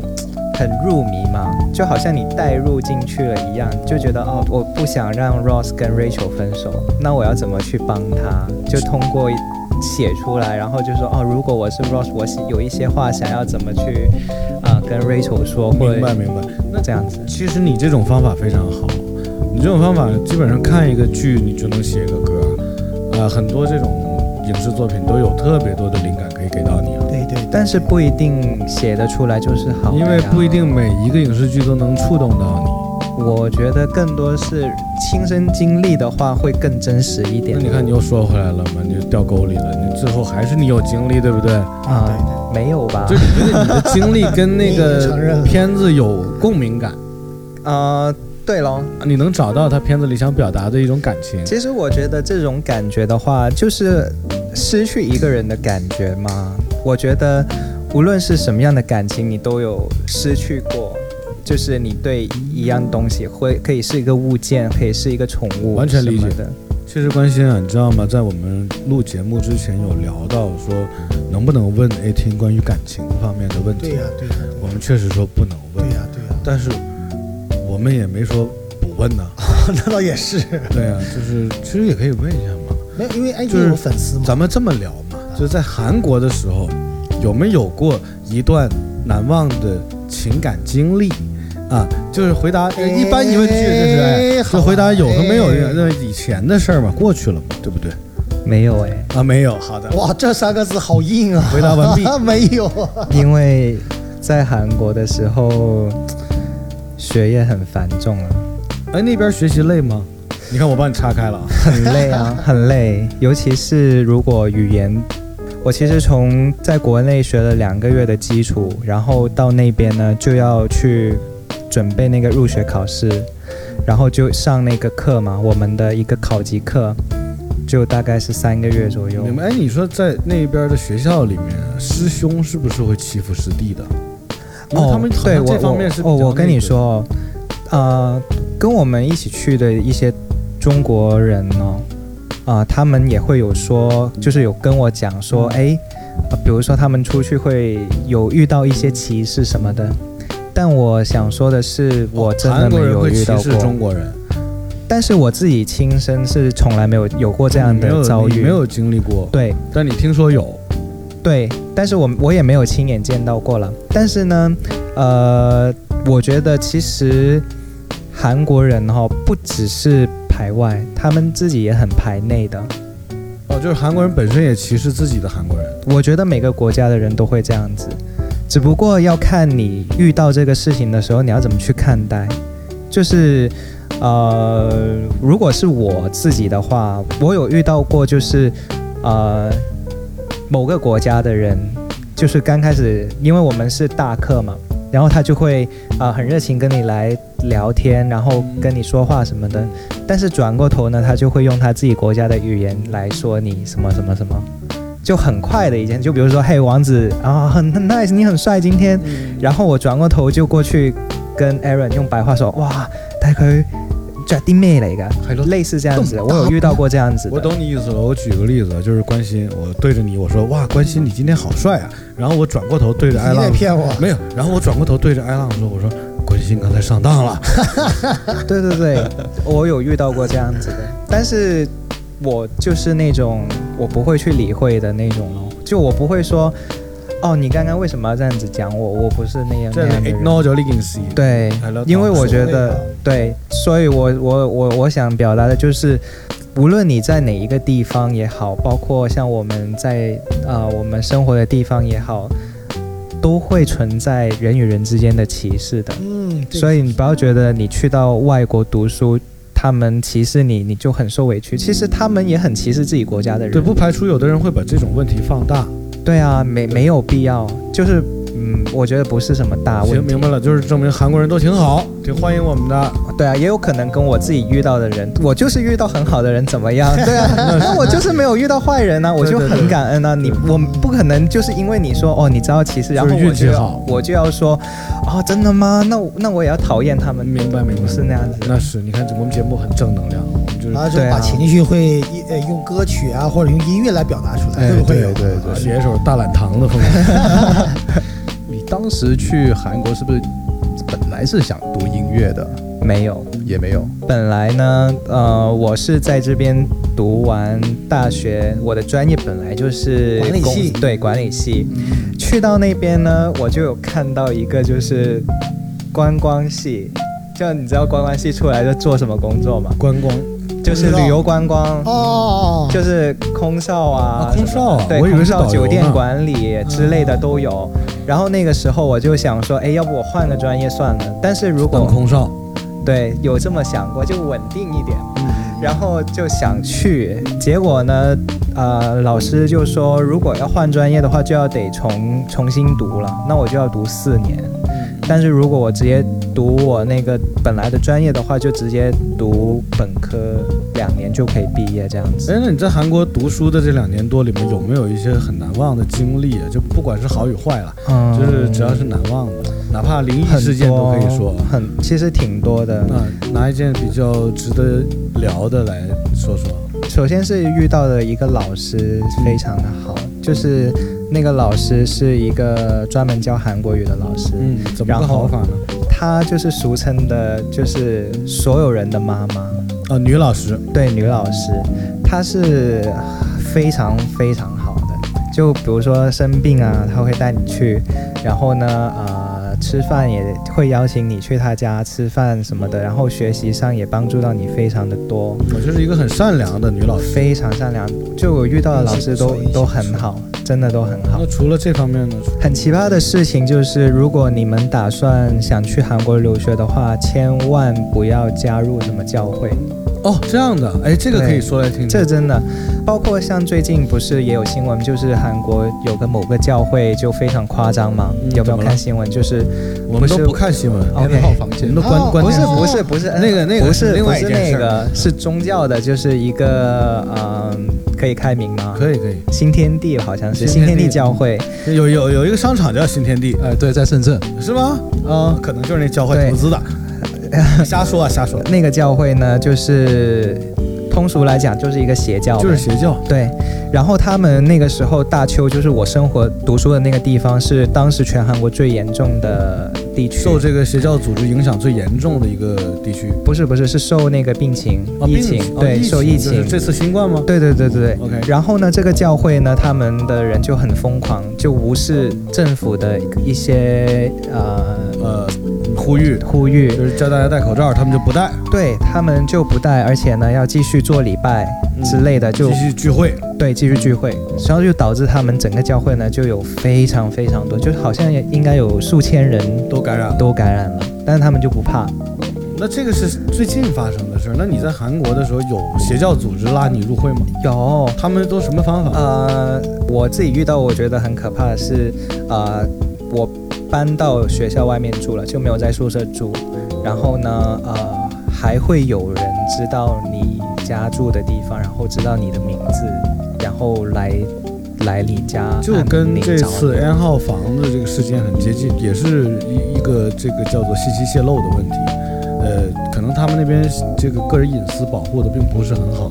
A: 很入迷嘛，就好像你代入进去了一样，就觉得哦，我不想让 Ross 跟 Rachel 分手，那我要怎么去帮他？就通过写出来，然后就说哦，如果我是 Ross，我是有一些话想要怎么去啊、呃跟 Rachel 说，或
B: 明白
A: 者
B: 明白。那
A: 这样子。
B: 其实你这种方法非常好，你这种方法基本上看一个剧你就能写一个歌，啊、很多这种影视作品都有特别多的灵感可以给到你了，
C: 对对对，
A: 但是不一定写得出来就是好的呀，
B: 因为不一定每一个影视剧都能触动到你。
A: 我觉得更多是亲身经历的话，会更真实一点。
B: 那你看你又说回来了嘛，你就掉沟里了，你最后还是你有经历，对不对？
A: 啊、没有吧
B: 就？你觉得你的经历跟那
C: 你已经承认
B: 个
C: 了
B: 片子有共鸣感，
A: 呃，对喽。
B: 你能找到他片子里想表达的一种感情。
A: 其实我觉得这种感觉的话，就是失去一个人的感觉嘛。我觉得无论是什么样的感情，你都有失去过。就是你对一样东西会可以是一个物件，可以是一个宠物，
B: 完全理解
A: 的。
B: 确实关心啊，你知道吗？在我们录节目之前有聊到说，能不能问 A 听关于感情方面的问题？
C: 对呀、对呀、
B: 我们确实说不能问
C: 对，呀、对呀、
B: 但是我们也没说不问 呐、
C: 那倒也是，
B: 对啊，就是其实也可以问一下嘛。
C: 没有，因为 IG
B: 就是
C: 有粉丝嘛，
B: 咱们这么聊嘛，就是在韩国的时候，有没有过一段难忘的情感经历？啊，就是回答
C: 哎
B: 一般疑问句，就是哎，就
C: 好啊
B: 回答有和没有，
C: 哎
B: 那以前的事儿嘛，过去了嘛，对不对？
A: 没有哎，
B: 啊，没有，好的，
C: 哇，这三个字好硬啊！
B: 回答完毕
C: 没有啊，
A: 因为在韩国的时候，学业很繁重啊。
B: 哎，那边学习累吗？你看我帮你岔开了啊。
A: 很累啊，很累，尤其是如果语言。我其实从在国内学了两个月的基础，然后到那边呢就要去准备那个入学考试，然后就上那个课嘛，我们的一个考级课，就大概是三个月左右。
B: 明白？哎，你说在那边的学校里面，师兄是不是会欺负师弟的？因为
A: 哦，
B: 他们好
A: 对
B: 像
A: 我
B: 这方面是
A: 我哦，
B: 比较
A: 我跟
B: 那
A: 你
B: 个，
A: 说哦，呃，跟我们一起去的一些中国人哦，啊、他们也会有说，就是有跟我讲说，
B: 嗯
A: 哎、呃比如说他们出去会有遇到一些歧视什么的。但我想说的是，我真
B: 哦韩
A: 的没
B: 国人
A: 有
B: 会
A: 遇
B: 歧
A: 到
B: 视
A: 过
B: 中，国人，
A: 但是我自己亲身是从来没有有过这样
B: 嗯你
A: 的
B: 没有
A: 遭
B: 你
A: 遇。
B: 没有经历过，
A: 对，
B: 但你听说有，
A: 对，但是我我也没有亲眼见到过了。但是呢，呃，我觉得其实韩国人哈、不只是排外，他们自己也很排内的。
B: 哦，就是韩国人本身也歧视自己的韩国人。
A: 我觉得每个国家的人都会这样子，只不过要看你遇到这个事情的时候，你要怎么去看待。就是，呃，如果是我自己的话，我有遇到过，就是，呃，某个国家的人，就是刚开始，因为我们是大课嘛，然后他就会啊、呃很热情跟你来聊天，然后跟你说话什么的，但是转过头呢，他就会用他自己国家的语言来说你什么什么什么。就很快的一件，就比如说，嘿，王子啊，很很 nice，你很帅今天。然后我转过头就过去跟 Aaron 用白话说，哇，大概这弟妹来个，
D: 还有
A: 类似这样子的，我有遇到过这样子的。
B: 我懂你意思了。我举个例子，就是关心，我对着你我说哇，关心你今天好帅啊。然后我转过头对着艾
C: 你
B: 浪
C: 也，骗我，
B: 没有。然后我转过头对着艾浪说，我说关心刚才上当了。
A: 对对对， 我有遇到过这样子的，但是我就是那种我不会去理会的那种咯，就我不会说，哦，你刚刚为什么要这样子讲我？我不是那样
B: 这
A: 那
B: 里
A: 样的人。
B: ignore 咗呢件事。
A: 对
B: 係咯，
A: 因为我觉
C: 所谓
A: 得
C: 的
A: 对，所以我我我我想表达的就是，无论你在哪一个地方也好，包括像我们在呃我们生活的地方也好，都会存在人与人之间的歧视的。
C: 嗯，这个
A: 所以你不要觉得你去到外国读书，他们歧视你，你就很受委屈。其实他们也很歧视自己国家的人。
B: 嗯对，不排除有的人会把这种问题放大。
A: 对啊，没没有必要。就是嗯，我觉得不是什么大啊问
B: 行，
A: 题
B: 明。白了，就是证明韩国人都挺好，挺欢迎我们的。
A: 对啊，也有可能跟我自己遇到的人，
B: 嗯
A: 我就是遇到很好的人，怎么 样？对啊， 那我就是没有遇到坏人啊，我就
B: 对对
A: 很感恩啊。你我不可能就是因为你说哦，你知道歧视，然后
B: 就是
A: 我
B: 运气
A: 就要
B: 好
A: 我就要说，哦，真的吗？那我那我也要讨厌他们。
B: 明白，明白，
A: 不是那样子。
B: 那是，你看我们节目很正能量，我们就是
C: 然后就
A: 对啊
C: 把情绪会呃用歌曲啊或者用音乐来表达出来，会不会有？
D: 对对对。
B: 写一首啊大懒堂的风格。
D: 你当时去韩国是不是本来是想读音乐的？
A: 没有，
D: 也没有。
A: 本来呢，呃，我是在这边读完大学，我的专业本来就是
C: 管理
A: 公
C: 系
A: 对管理系。
B: 嗯
A: 去到那边呢，我就有看到一个就是观光系，就你知道观光系出来就做什么工作吗？
B: 观光
A: 就是旅游观光。
C: 哦哦哦，
A: 就是空少啊，
B: 啊空少啊
A: 什么对，
B: 我以为
A: 空
B: 是
A: 少
B: 导游嗯
A: 酒店
B: 呢
A: 管理之类的都有。然后那个时候我就想说，哎，要不我换个专业算了。但是如
B: 当
A: 果
B: 空少，
A: 对，有这么想过，就稳定一点。
B: 嗯
A: 然后就想去，结果呢，呃，老师就说，如果要换专业的话，就要得重重新读了。那我就要读四年。
B: 嗯
A: 但是如果我直接读我那个本来的专业的话，就直接读本科两年就可以毕业这样子。
B: 哎，那你在韩国读书的这两年多里面，有没有一些很难忘的经历啊？就不管是好与坏了，
A: 嗯
B: 就是只要是难忘的，哪怕灵异
A: 很
B: 事件都可以
A: 多
B: 说。
A: 很其实挺多的。
B: 那拿一件比较值得聊的来说说。
A: 首先是遇到的一个老师非常的好，就是那个老师是一个专门教韩国语的老师，
B: 嗯，怎么
A: 然
B: 个
A: 后
B: 好法呢？
A: 她就是俗称的，就是所有人的妈妈，
B: 啊，女老师，
A: 对，女老师，她是非常非常好的。就比如说生病啊，她会带你去，然后呢，呃，吃饭也会邀请你去她家吃饭什么的，然后学习上也帮助到你非常的多。
B: 我就是一个很善良的女老师。
A: 非常善良，就我遇到的老师都
C: 嗯
A: 都很好，真的都很好
B: 那。除了这方面呢？
A: 很奇葩的事情就是，如果你们打算想去韩国留学的话，千万不要加入什么教会，
B: 哦，这样的，哎，这个可以说来听听。
A: 这真的。包括像最近不是也有新闻，就是韩国有个某个教会就非常夸张吗？
B: 嗯
A: 有没
B: 怎
A: 有
B: 么
A: 看
B: 了
A: 新闻？就是
B: 我们都
A: 不是
B: 不看新闻，
A: OK
D: 编号房
B: 我
D: 间
B: 们都
C: 哦
B: 关关
A: 不
B: 键
A: 是
B: 是
A: 不是不是
B: 那个那个
A: 不
B: 是
A: 是
B: 另
A: 不
B: 外一
A: 是
B: 件
A: 那
B: 事儿
A: 个是宗教的，就是一个嗯、可以开明吗？
B: 可以可以。
A: 新天地好像是
B: 新
A: 新
B: 天
A: 天
B: 地
A: 地教会，
B: 有有有一个商场叫新天地，
D: 哎，对，在深圳。
B: 是吗？啊，可能就是那教会
A: 对
B: 投资的，瞎说啊瞎说，
A: 那个教会呢，就是通俗来讲就是一个邪教嘛，
B: 就是邪教。
A: 对。然后他们那个时候大邱就是我生活读书的那个地方，是当时全韩国最严重的地区。
B: 受这个邪教组织影响最严重的一个地区，
A: 不是不是是受那个病情、
B: 啊
A: 疫
B: 病
A: 情，
B: 啊
A: 对，
B: 疫
A: 受
B: 疫
A: 疫情。
B: 这次新冠吗？
A: 对对对对对
B: OK
A: 然后呢，这个教会呢，他们的人就很疯狂，就无视政府的一些呃
B: 呃，呼吁
A: 呼吁，
B: 就是叫大家戴口罩，他们就不戴，
A: 对他们就不带，而且呢要继续做礼拜之类的，就
B: 继续聚会。
A: 对继续聚会，然后就导致他们整个教会呢就有非常非常多，就好像也应该有数千人
B: 都感染了，
A: 都感染了，但是他们就不怕。
B: 那这个是最近发生的事儿。那你在韩国的时候有邪教组织拉你入会吗？
A: 有，
B: 他们都什么方法？
A: 呃，我自己遇到我觉得很可怕的是，呃，我搬到学校外面住了，就没有在宿舍住，然后呢，呃，还会有人知道你家住的地方，然后知道你的名字，然后来来你家，
B: 就跟这
A: 按门
B: 次
A: 铃找
B: N 号房子这个事件很接近，也是一一个这个叫做信息泄露的问题。呃，可能它他们那边这个个人隐私保护的并不是很好。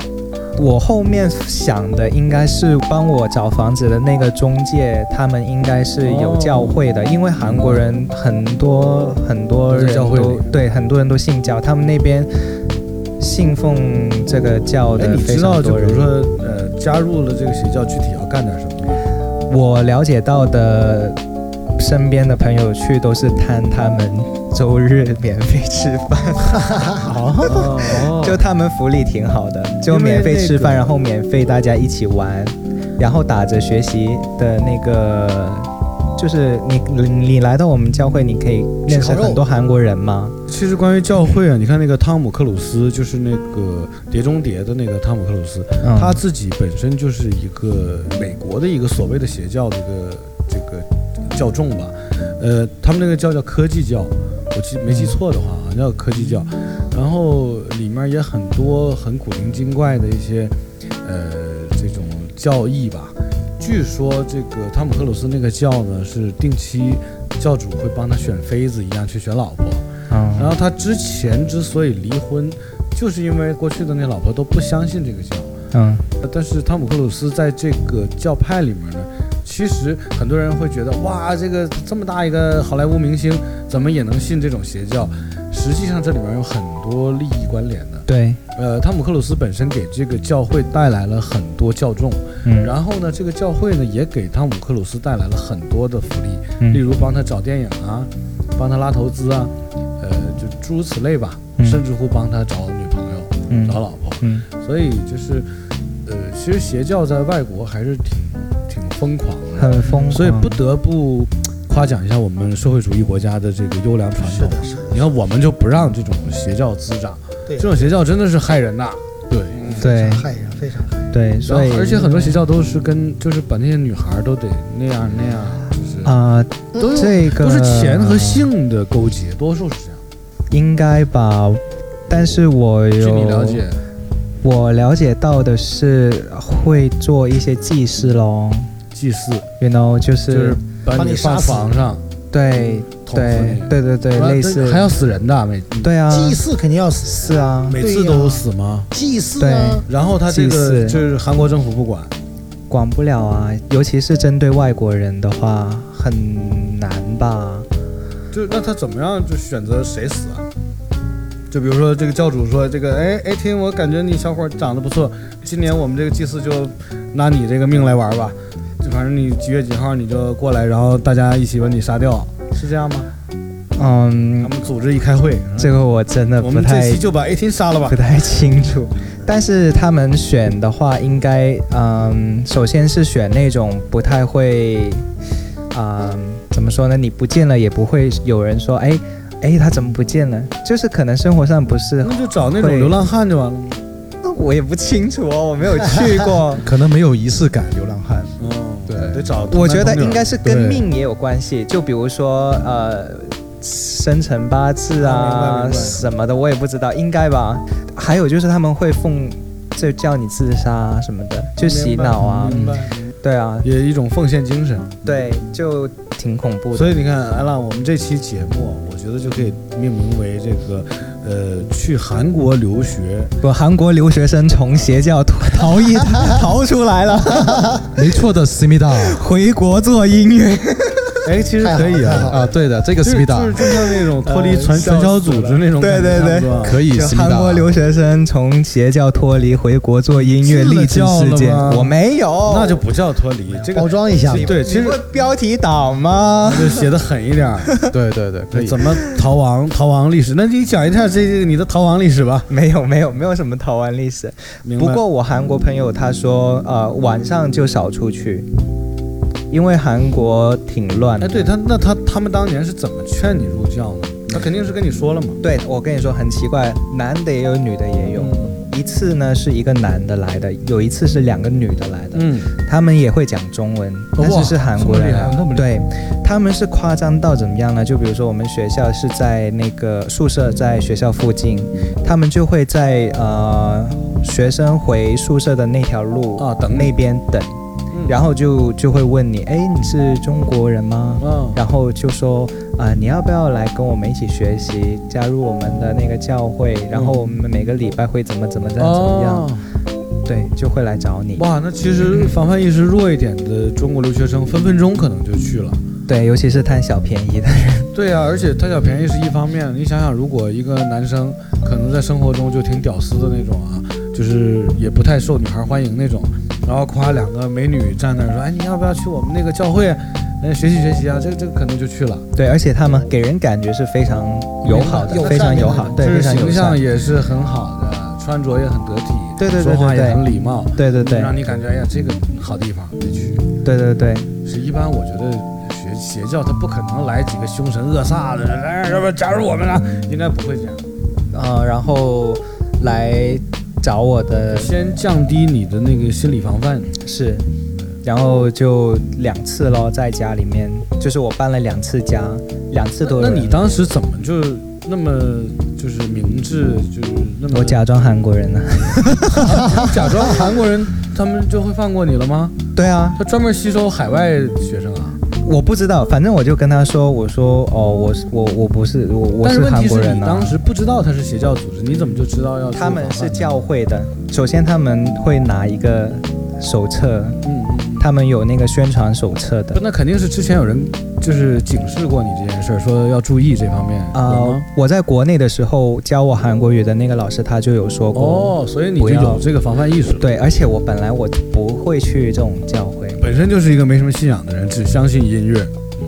A: 我后面想的应该是帮我找房子的那个中介，他们应该是有教会的，因为韩国人很多很多人
B: 教会里
A: 都对很多人都信教，他们那边信奉这个教
B: 哎，
A: 的
B: 你
A: 非
B: 知道
A: 常
B: 就
A: 多
B: 比如
A: 人。
B: 说呃，加入了这个邪教具体要干点什么吗？
A: 我了解到的身边的朋友去都是贪他们周日免费吃饭，
B: 哦
A: 就他们福利挺好的，就
B: 因为
A: 免费吃
B: 那
A: 饭，
B: 个
A: 然后免费大家一起玩，然后打着学习的那个，就是你你你来到我们教会，你可以认识
C: 烤肉
A: 很多韩国人吗？
B: 其实关于教会啊，你看那个汤姆克鲁斯，就是那个《碟中谍》的那个汤姆克鲁斯，
A: 嗯
B: 他自己本身就是一个美国的一个所谓的邪教的一个这个教众吧，呃，他们那个教叫科技教，我记没记错的话，好像叫科技教，然后里面也很多很古灵精怪的一些呃这种教义吧。据说这个汤姆克鲁斯那个教呢，是定期教主会帮他选妃子一样去选老婆。然
A: 嗯
B: 后他之前之所以离婚，就是因为过去的那老婆都不相信这个教。
A: 嗯
B: 呃但是汤姆克鲁斯在这个教派里面呢，其实很多人会觉得哇，这个这么大一个好莱坞明星，怎么也能信这种邪教？实际上这里面有很多利益关联的。
A: 对，
B: 呃，汤姆克鲁斯本身给这个教会带来了很多教众，
A: 嗯，
B: 然后呢，这个教会呢也给汤姆克鲁斯带来了很多的福利。
A: 嗯
B: 例如帮他找电影啊，帮他拉投资啊，呃，就诸如此类吧，
A: 嗯
B: 甚至乎帮他找女朋友、
A: 嗯
B: 找老婆。
A: 嗯
B: 所以就是，呃，其实邪教在外国还是挺挺疯狂的，
A: 很疯狂，
B: 所以不得不夸奖一下我们社会主义国家的这个优良传
C: 是
B: 统。
C: 的，是的，
B: 你看，我们就不让这种邪教滋长，
C: 对
B: 这种邪教真的是害人呐。对，
A: 对
C: 非常害人，非常害人。
A: 对，
B: 然
A: 所以
B: 后而且很多邪教都是跟就是把那些女孩儿都得那样那样，就是
A: 啊、
B: 都有
A: 这个
B: 都是钱和性的勾结，多数是这样。
A: 应该吧，但是我有
B: 据你了解，
A: 我了解到的是会做一些祭祀咯
B: 祭祀
A: ，you know，就、
B: 就是是把
C: 把你
B: 你
C: 杀
B: 放
C: 死
B: 房上，
A: 对
B: 捅死
A: 对
B: 你，
A: 对对对，
B: 啊
A: 类
B: 对
A: 似
B: 还要死人的，每
A: 对啊，
C: 祭祀肯定要死，
A: 是啊，
B: 每
C: 对
B: 次
C: 呀
B: 都死吗？
C: 祭祀啊，
B: 然后他这
A: 祭
B: 个
A: 祀
B: 就是韩国政府不管，
A: 管不了啊，尤其是针对外国人的话，很难吧？
B: 就那他怎么样就选择谁死啊？就比如说这个教主说这个，哎哎，听我感觉你小伙儿长得不错，今年我们这个祭祀就拿你这个命来玩儿吧，就反正你几月几号你就过来，然后大家一起把你杀掉，是这样吗？他
A: 嗯，
B: 们组织一开会，
A: 这个我真的
B: 我
A: 不
B: 们这
A: 太
B: 期就把 A 天杀了吧
A: 不。太清楚，但是他们选的话，应该嗯，首先是选那种不太会，嗯，怎么说呢？你不见了也不会有人说，哎哎，他怎么不见了？就是可能生活上不是，
B: 那就找那种流浪汉就完了。
A: 那我也不清楚哦，我没有去过。
D: 可能没有仪式感，流浪汉。
B: 哦，
D: 对
B: 得找。
A: 我觉得应该是跟
D: 对
A: 命也有关系，就比如说呃，生辰八字
B: 啊明白
A: 啊
B: 明白
A: 什么的，我也不知道，应该吧。还有就是他们会奉，就叫你自杀啊什么的，就洗脑啊，
B: 明白，
A: 对啊，
B: 也一种奉献精神。
A: 对，就挺恐怖的。
B: 所以你看，艾拉，我们这期节目，啊我觉得就可以命名为这个，呃，去韩国 留学。
A: 不，韩国留学生从邪教逃逃逸逃出来了，
D: 没错的，思密 达
A: 回国做音乐。
B: 哎，其实可以
C: 太好
B: 啊，
C: 了
D: 啊，对的，这个
B: 就
D: 思
B: 是
D: 密
B: 就
D: 达
B: 是就像那种脱离
A: 呃
B: 传
A: 笑
B: 传
A: 死
B: 销组织那种
A: 了对
B: 感觉，
A: 对对
B: 差不多
D: 可以，
A: 就
D: 思密达
A: 韩国留学生从邪教脱离，回国做音乐
B: 自
A: 励志
B: 教
A: 事
B: 了
A: 件
B: 吗，
A: 我没有，
B: 哦那就不叫脱离，这
A: 哦
C: 包
B: 个
C: 装一下嘛。
B: 对，其
A: 你
B: 实嗯
A: 不标题党吗？
B: 就写的狠一 点儿。
D: 对对对，可以。
B: 怎么逃亡？逃亡历史？那你讲一下这个你的逃亡历史吧。
A: 没有没有没有什么逃亡历史，
B: 明白
A: 不过我韩国朋友他说，呃，晚上就少出去，因为韩国挺乱的。
B: 哎，对他，那他他们当年是怎么劝你入教呢？他肯定是跟你说了嘛。
A: 对，我跟你说很奇怪，男的也有，女的也
B: 嗯
A: 有。一次呢是一个男的来的，有一次是两个女的来的，
B: 嗯，
A: 他们也会讲中文，
B: 哇
A: 但是是韩国人
B: 这么厉害那么
A: 啊。
B: 厉
A: 对，他们是夸张到怎么样呢？就比如说我们学校是在那个宿舍在学校附近，他们就会在呃学生回宿舍的那条路
B: 啊等你
A: 那边等，
B: 嗯
A: 然后就就会问你，哎，你是中国人吗？
B: 嗯
A: 然后就说，呃，你要不要来跟我们一起学习，加入我们的那个教会？然后我们每个礼拜会怎么怎么样怎么样？
B: 哦
A: 对，就会来找你。
B: 哇，那其实防范意识弱一点的中国留学生，分分钟可能就去了。
A: 对，尤其是贪小便宜的人。
B: 对啊，而且贪小便宜是一方面，你想想，如果一个男生可能在生活中就挺屌丝的那种啊，就是也不太受女孩欢迎那种，然后夸两个美女站那儿说，哎，你要不要去我们那个教会，来学习学习啊？这个这个可能就去了，
A: 对，而且他们给人感觉是非常友好的
C: 友，善
A: 非常友
C: 的那
A: 好，
C: 种
A: 对，
B: 就
A: 非
B: 是
A: 常友
B: 形象
A: 善。
B: 也是很好的，穿着也很得体，
A: 对对对
B: 说话
A: 对
B: 也
A: 对
B: 很礼貌，
A: 对对对
B: 让你感觉哎呀，这个好地方得去。
A: 对对对，
B: 是一般，我觉得学邪教他不可能来几个凶神恶煞的，来，要不然加入我们了，应该不会这样。
A: 呃，然后来找我的
B: 先降低你的那个心理防范。
A: 是，然后就两次咯，在家里面，就是我搬了两次家，两次都有
B: 那
A: 人
B: 你当时怎么就那么就是明智，就是那么
A: 我假装韩国 人呢、啊
B: 假装韩国人，他们就会放过你了吗？
A: 对啊，
B: 他专门吸收海外学生啊。
A: 我不知道，反正我就跟他说，我说哦，我是我我不是我我
B: 但是问
A: 韩
B: 题
A: 国
B: 是
A: 人
B: 你
A: 呢、
B: 当时不知道他是邪教组织，你怎么就知道要去
A: 他们是
B: 防范
A: 教会的，首先他们会拿一个手册，
B: 嗯嗯嗯
A: 他们有那个宣传手册的
B: 不，。那肯定是之前有人就是警示过你这件事儿，说要注意这方面。
A: 啊、
B: 有吗
A: 我在国内的时候教我韩国语的那个老师他就有说过，
B: 哦，所以你
A: 不
B: 就
A: 要
B: 有这个防范意识了。，
A: 对，而且我本来我不会去这种教会，
B: 本身就是一个没什么信仰的人，只相信音乐。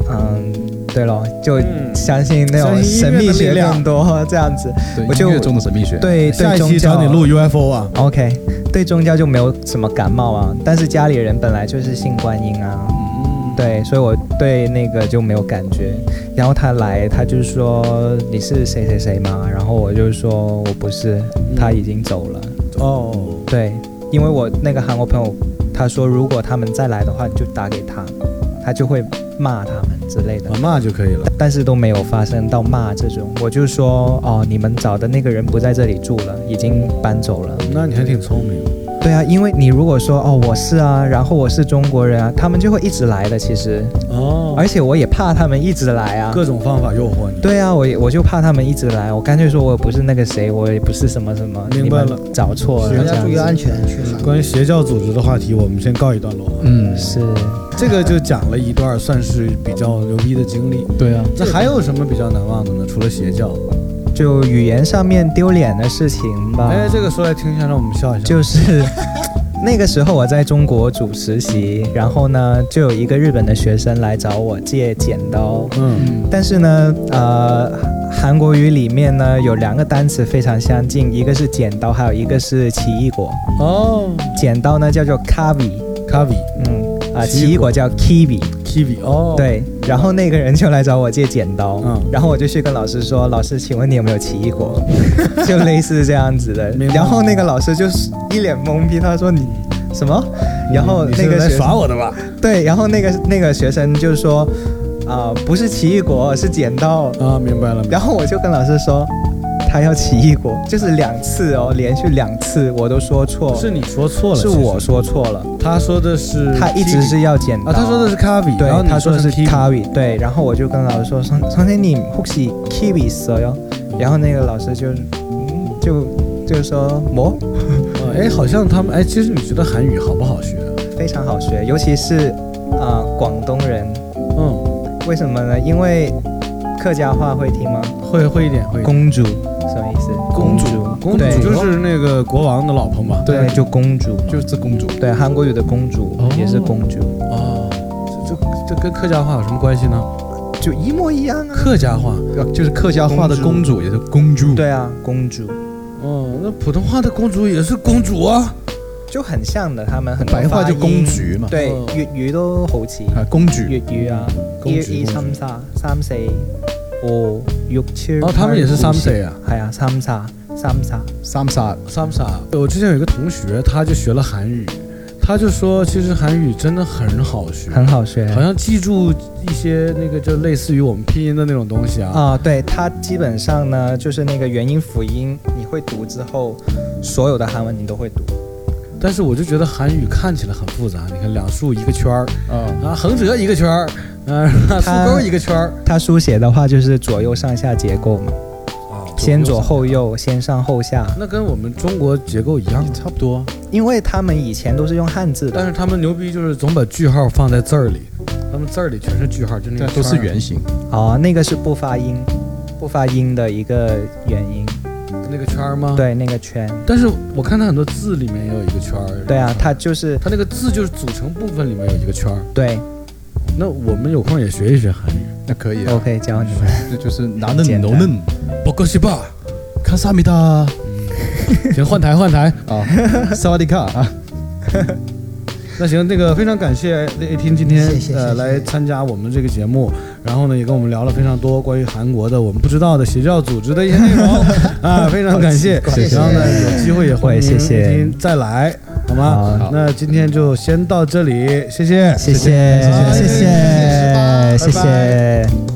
A: 嗯，对咯，就
B: 嗯
A: 相信那种
B: 相信音乐
A: 神
B: 的
A: 秘
B: 力
A: 学
B: 量
A: 更多这样
B: 嗯
A: 子，
D: 对
A: 我就
D: 音乐中的神秘学。，
A: 对
B: 下
A: 对
B: 一期
A: 宗
B: 找
A: 教
B: 你录 UFO 啊，
A: OK，对宗教就没有什么感冒啊，但是家里人本来就是信观音啊，
B: 嗯，
A: 对，所以我对那个就没有感觉。然后他来，他就说你是谁谁谁吗？然后我就说我不是，
B: 嗯
A: 他已经走了。
B: 哦，
A: 对，因为我那个韩国朋友，他说如果他们再来的话，你就打给他，他就会骂他们之类的
B: 我。骂就可以了。
A: 但是都没有发生到骂这种，我就说哦，你们找的那个人不在这里住了，已经搬走了。
B: 那你还挺聪明，
A: 对啊，因为你如果说哦我是啊，然后我是中国人啊，他们就会一直来的。其实，
B: 哦
A: 而且我也怕他们一直来啊。
B: 各种方法诱惑你。，
A: 对啊，我也我就怕他们一直来，我干脆说我不是那个谁，我也不是什么什么，
B: 明白了
A: 你们找错了
B: 是
A: 这
C: 大家
A: 样
C: 注意安
A: 子。
C: 全，去韩国。
B: 关于邪教组织的话题，我们先告一段落。啊。
D: 嗯，
A: 是，
B: 这个就讲了一段算是比较牛逼的经历。
D: 对啊，
B: 那还有什么比较难忘的呢？除了邪教，
A: 就语言上面丢脸的事情吧。
B: 哎，这个说来听一下，让我们笑一下。
A: 就是那个时候我在中国组实习，然后呢，就有一个日本的学生来找我借剪刀，
B: 嗯，
A: 但是呢，呃，韩国语里面呢有两个单词非常相近，一个是剪刀，还有一个是奇异果。
B: 哦
A: 剪刀呢叫做 kavi，
B: ，Kavi
A: 嗯啊、
B: 奇
A: 奇
B: 异
A: 异
B: 果
A: 果叫 kiwi。
B: Kiwi 哦，，
A: 对，然后那个人就来找我借剪刀，
B: 嗯
A: 然后我就去跟老师说：“老师，请问你有没有奇异果？” 就类似这样子的
B: 明。白
A: 然后那个老师就是一脸懵逼，他说：“你什么？”然后
B: 嗯你是
A: 那个
B: 来
A: 学生
B: 耍我的吧？
A: 对，然后那个那个学生就说：“啊、不是奇异果，是剪刀。
B: 啊，明白了。”
A: 然后我就跟老师说。他要奇异果，就是两次哦，连续两次我都说错，
B: 是你说错了，
A: 是
B: 其实
A: 我，说错了，
B: 他说的是
A: 他一直
B: Kiwi
A: 是要剪刀，
B: 啊，他说的是 Kavi，
A: 对
B: 然后，你
A: 他说的是
B: 成 Kiwi
A: kiwi，对，然后我就跟老师说，선선생님혹시 kiwi 있어요？然后那个老师就嗯就就说哦么
B: 啊哎，好像他们哎，其实你觉得韩语好不好学啊？
A: 非常好学，尤其是啊、呃广东人，
B: 嗯，
A: 为什么呢？因为客家话会听吗？
B: 会会一点，会一点
A: 公主什么意思？
B: 公
A: 对
B: 主就是那个国王的老婆嘛。
A: 对，就公主嘛，
D: 就是公主。
A: 对韩国语的公主
B: 哦
A: 也是公主，
B: 哦，这这这跟客家话有什么关系呢？
A: 就一模一样啊。
B: 客家话，
D: 就是客家话的公主，也是公主。
A: 对啊，公主
B: 哦，那普通话的公主也是公主啊。
A: 就很像的，他们很多
D: 白
A: 发
D: 话就公
A: 音，
D: 举嘛，
A: 对
B: 哦，
A: 粤语都好似。
D: 啊，公举。
A: 粵語啊，
B: 公
A: 一
B: 主
A: 二
B: 公
A: 三沙三四五六七。
B: 哦，他们也是三岁啊。
A: 係啊，三沙三沙。
D: 三杀
B: 萨姆萨，我之前有一个同学，他就学了韩语，他就说其实韩语真的很好学，
A: 很好学。
B: 好像记住一些那个就类似于我们拼音的那种东西啊。
A: 啊、对，它基本上呢，就是那个元音辅音，你会读之后，所有的韩文你都会读。
B: 但是我就觉得韩语看起来很复杂，你看两竖一个圈儿，
D: 啊，
B: 啊，横折一个圈儿，
A: 嗯，
D: 复
A: 它
D: 勾一个圈儿，
A: 它书写的话就是左右上下结构嘛，
B: 哦
A: 先啊左后右，先上后下，
B: 那跟我们中国结构一样，
D: 差不多。
A: 因为他们以前都是用汉字
B: 但
A: 的，
B: 是他们牛逼就是总把句号放在字儿里，他们字儿里全是句号，就那
D: 对
B: 个，
D: 都是
B: 圈儿
D: 圆形。
A: 哦，那个是不发音，不发音的一个原因，
B: 那个圈儿吗？。
A: 对，那个圈，
B: 但是我看他很多字里面也有一个圈儿。
A: 对啊，它就是
B: 他那个字就是组成部分里面有一个圈儿。
A: 对
B: 那我们有空也学一学韩语。
D: 那可以啊，
A: ，OK，教你们。
D: 这就是拿嫩
A: 简单
D: 揉嫩，
B: 报告西吧，
D: 嗯看萨米达啊，
B: 行，换台换 台。
D: 萨瓦迪卡啊，
B: 那行，那个非常感谢 A 听今天
C: 谢谢谢
B: 呃
C: 谢
B: 来参加我们这个节目，然后呢也跟我们聊了非常多关于韩国的我们不知道的邪教组织的一些内 容啊，非常感谢。
C: 谢谢
B: 然后呢有机会也欢
A: 会
B: 迎
A: 谢谢
B: A 听再来，好吗？
A: 好
B: 那今天就先到这里，谢谢。
A: 谢谢，谢谢，谢谢，谢谢。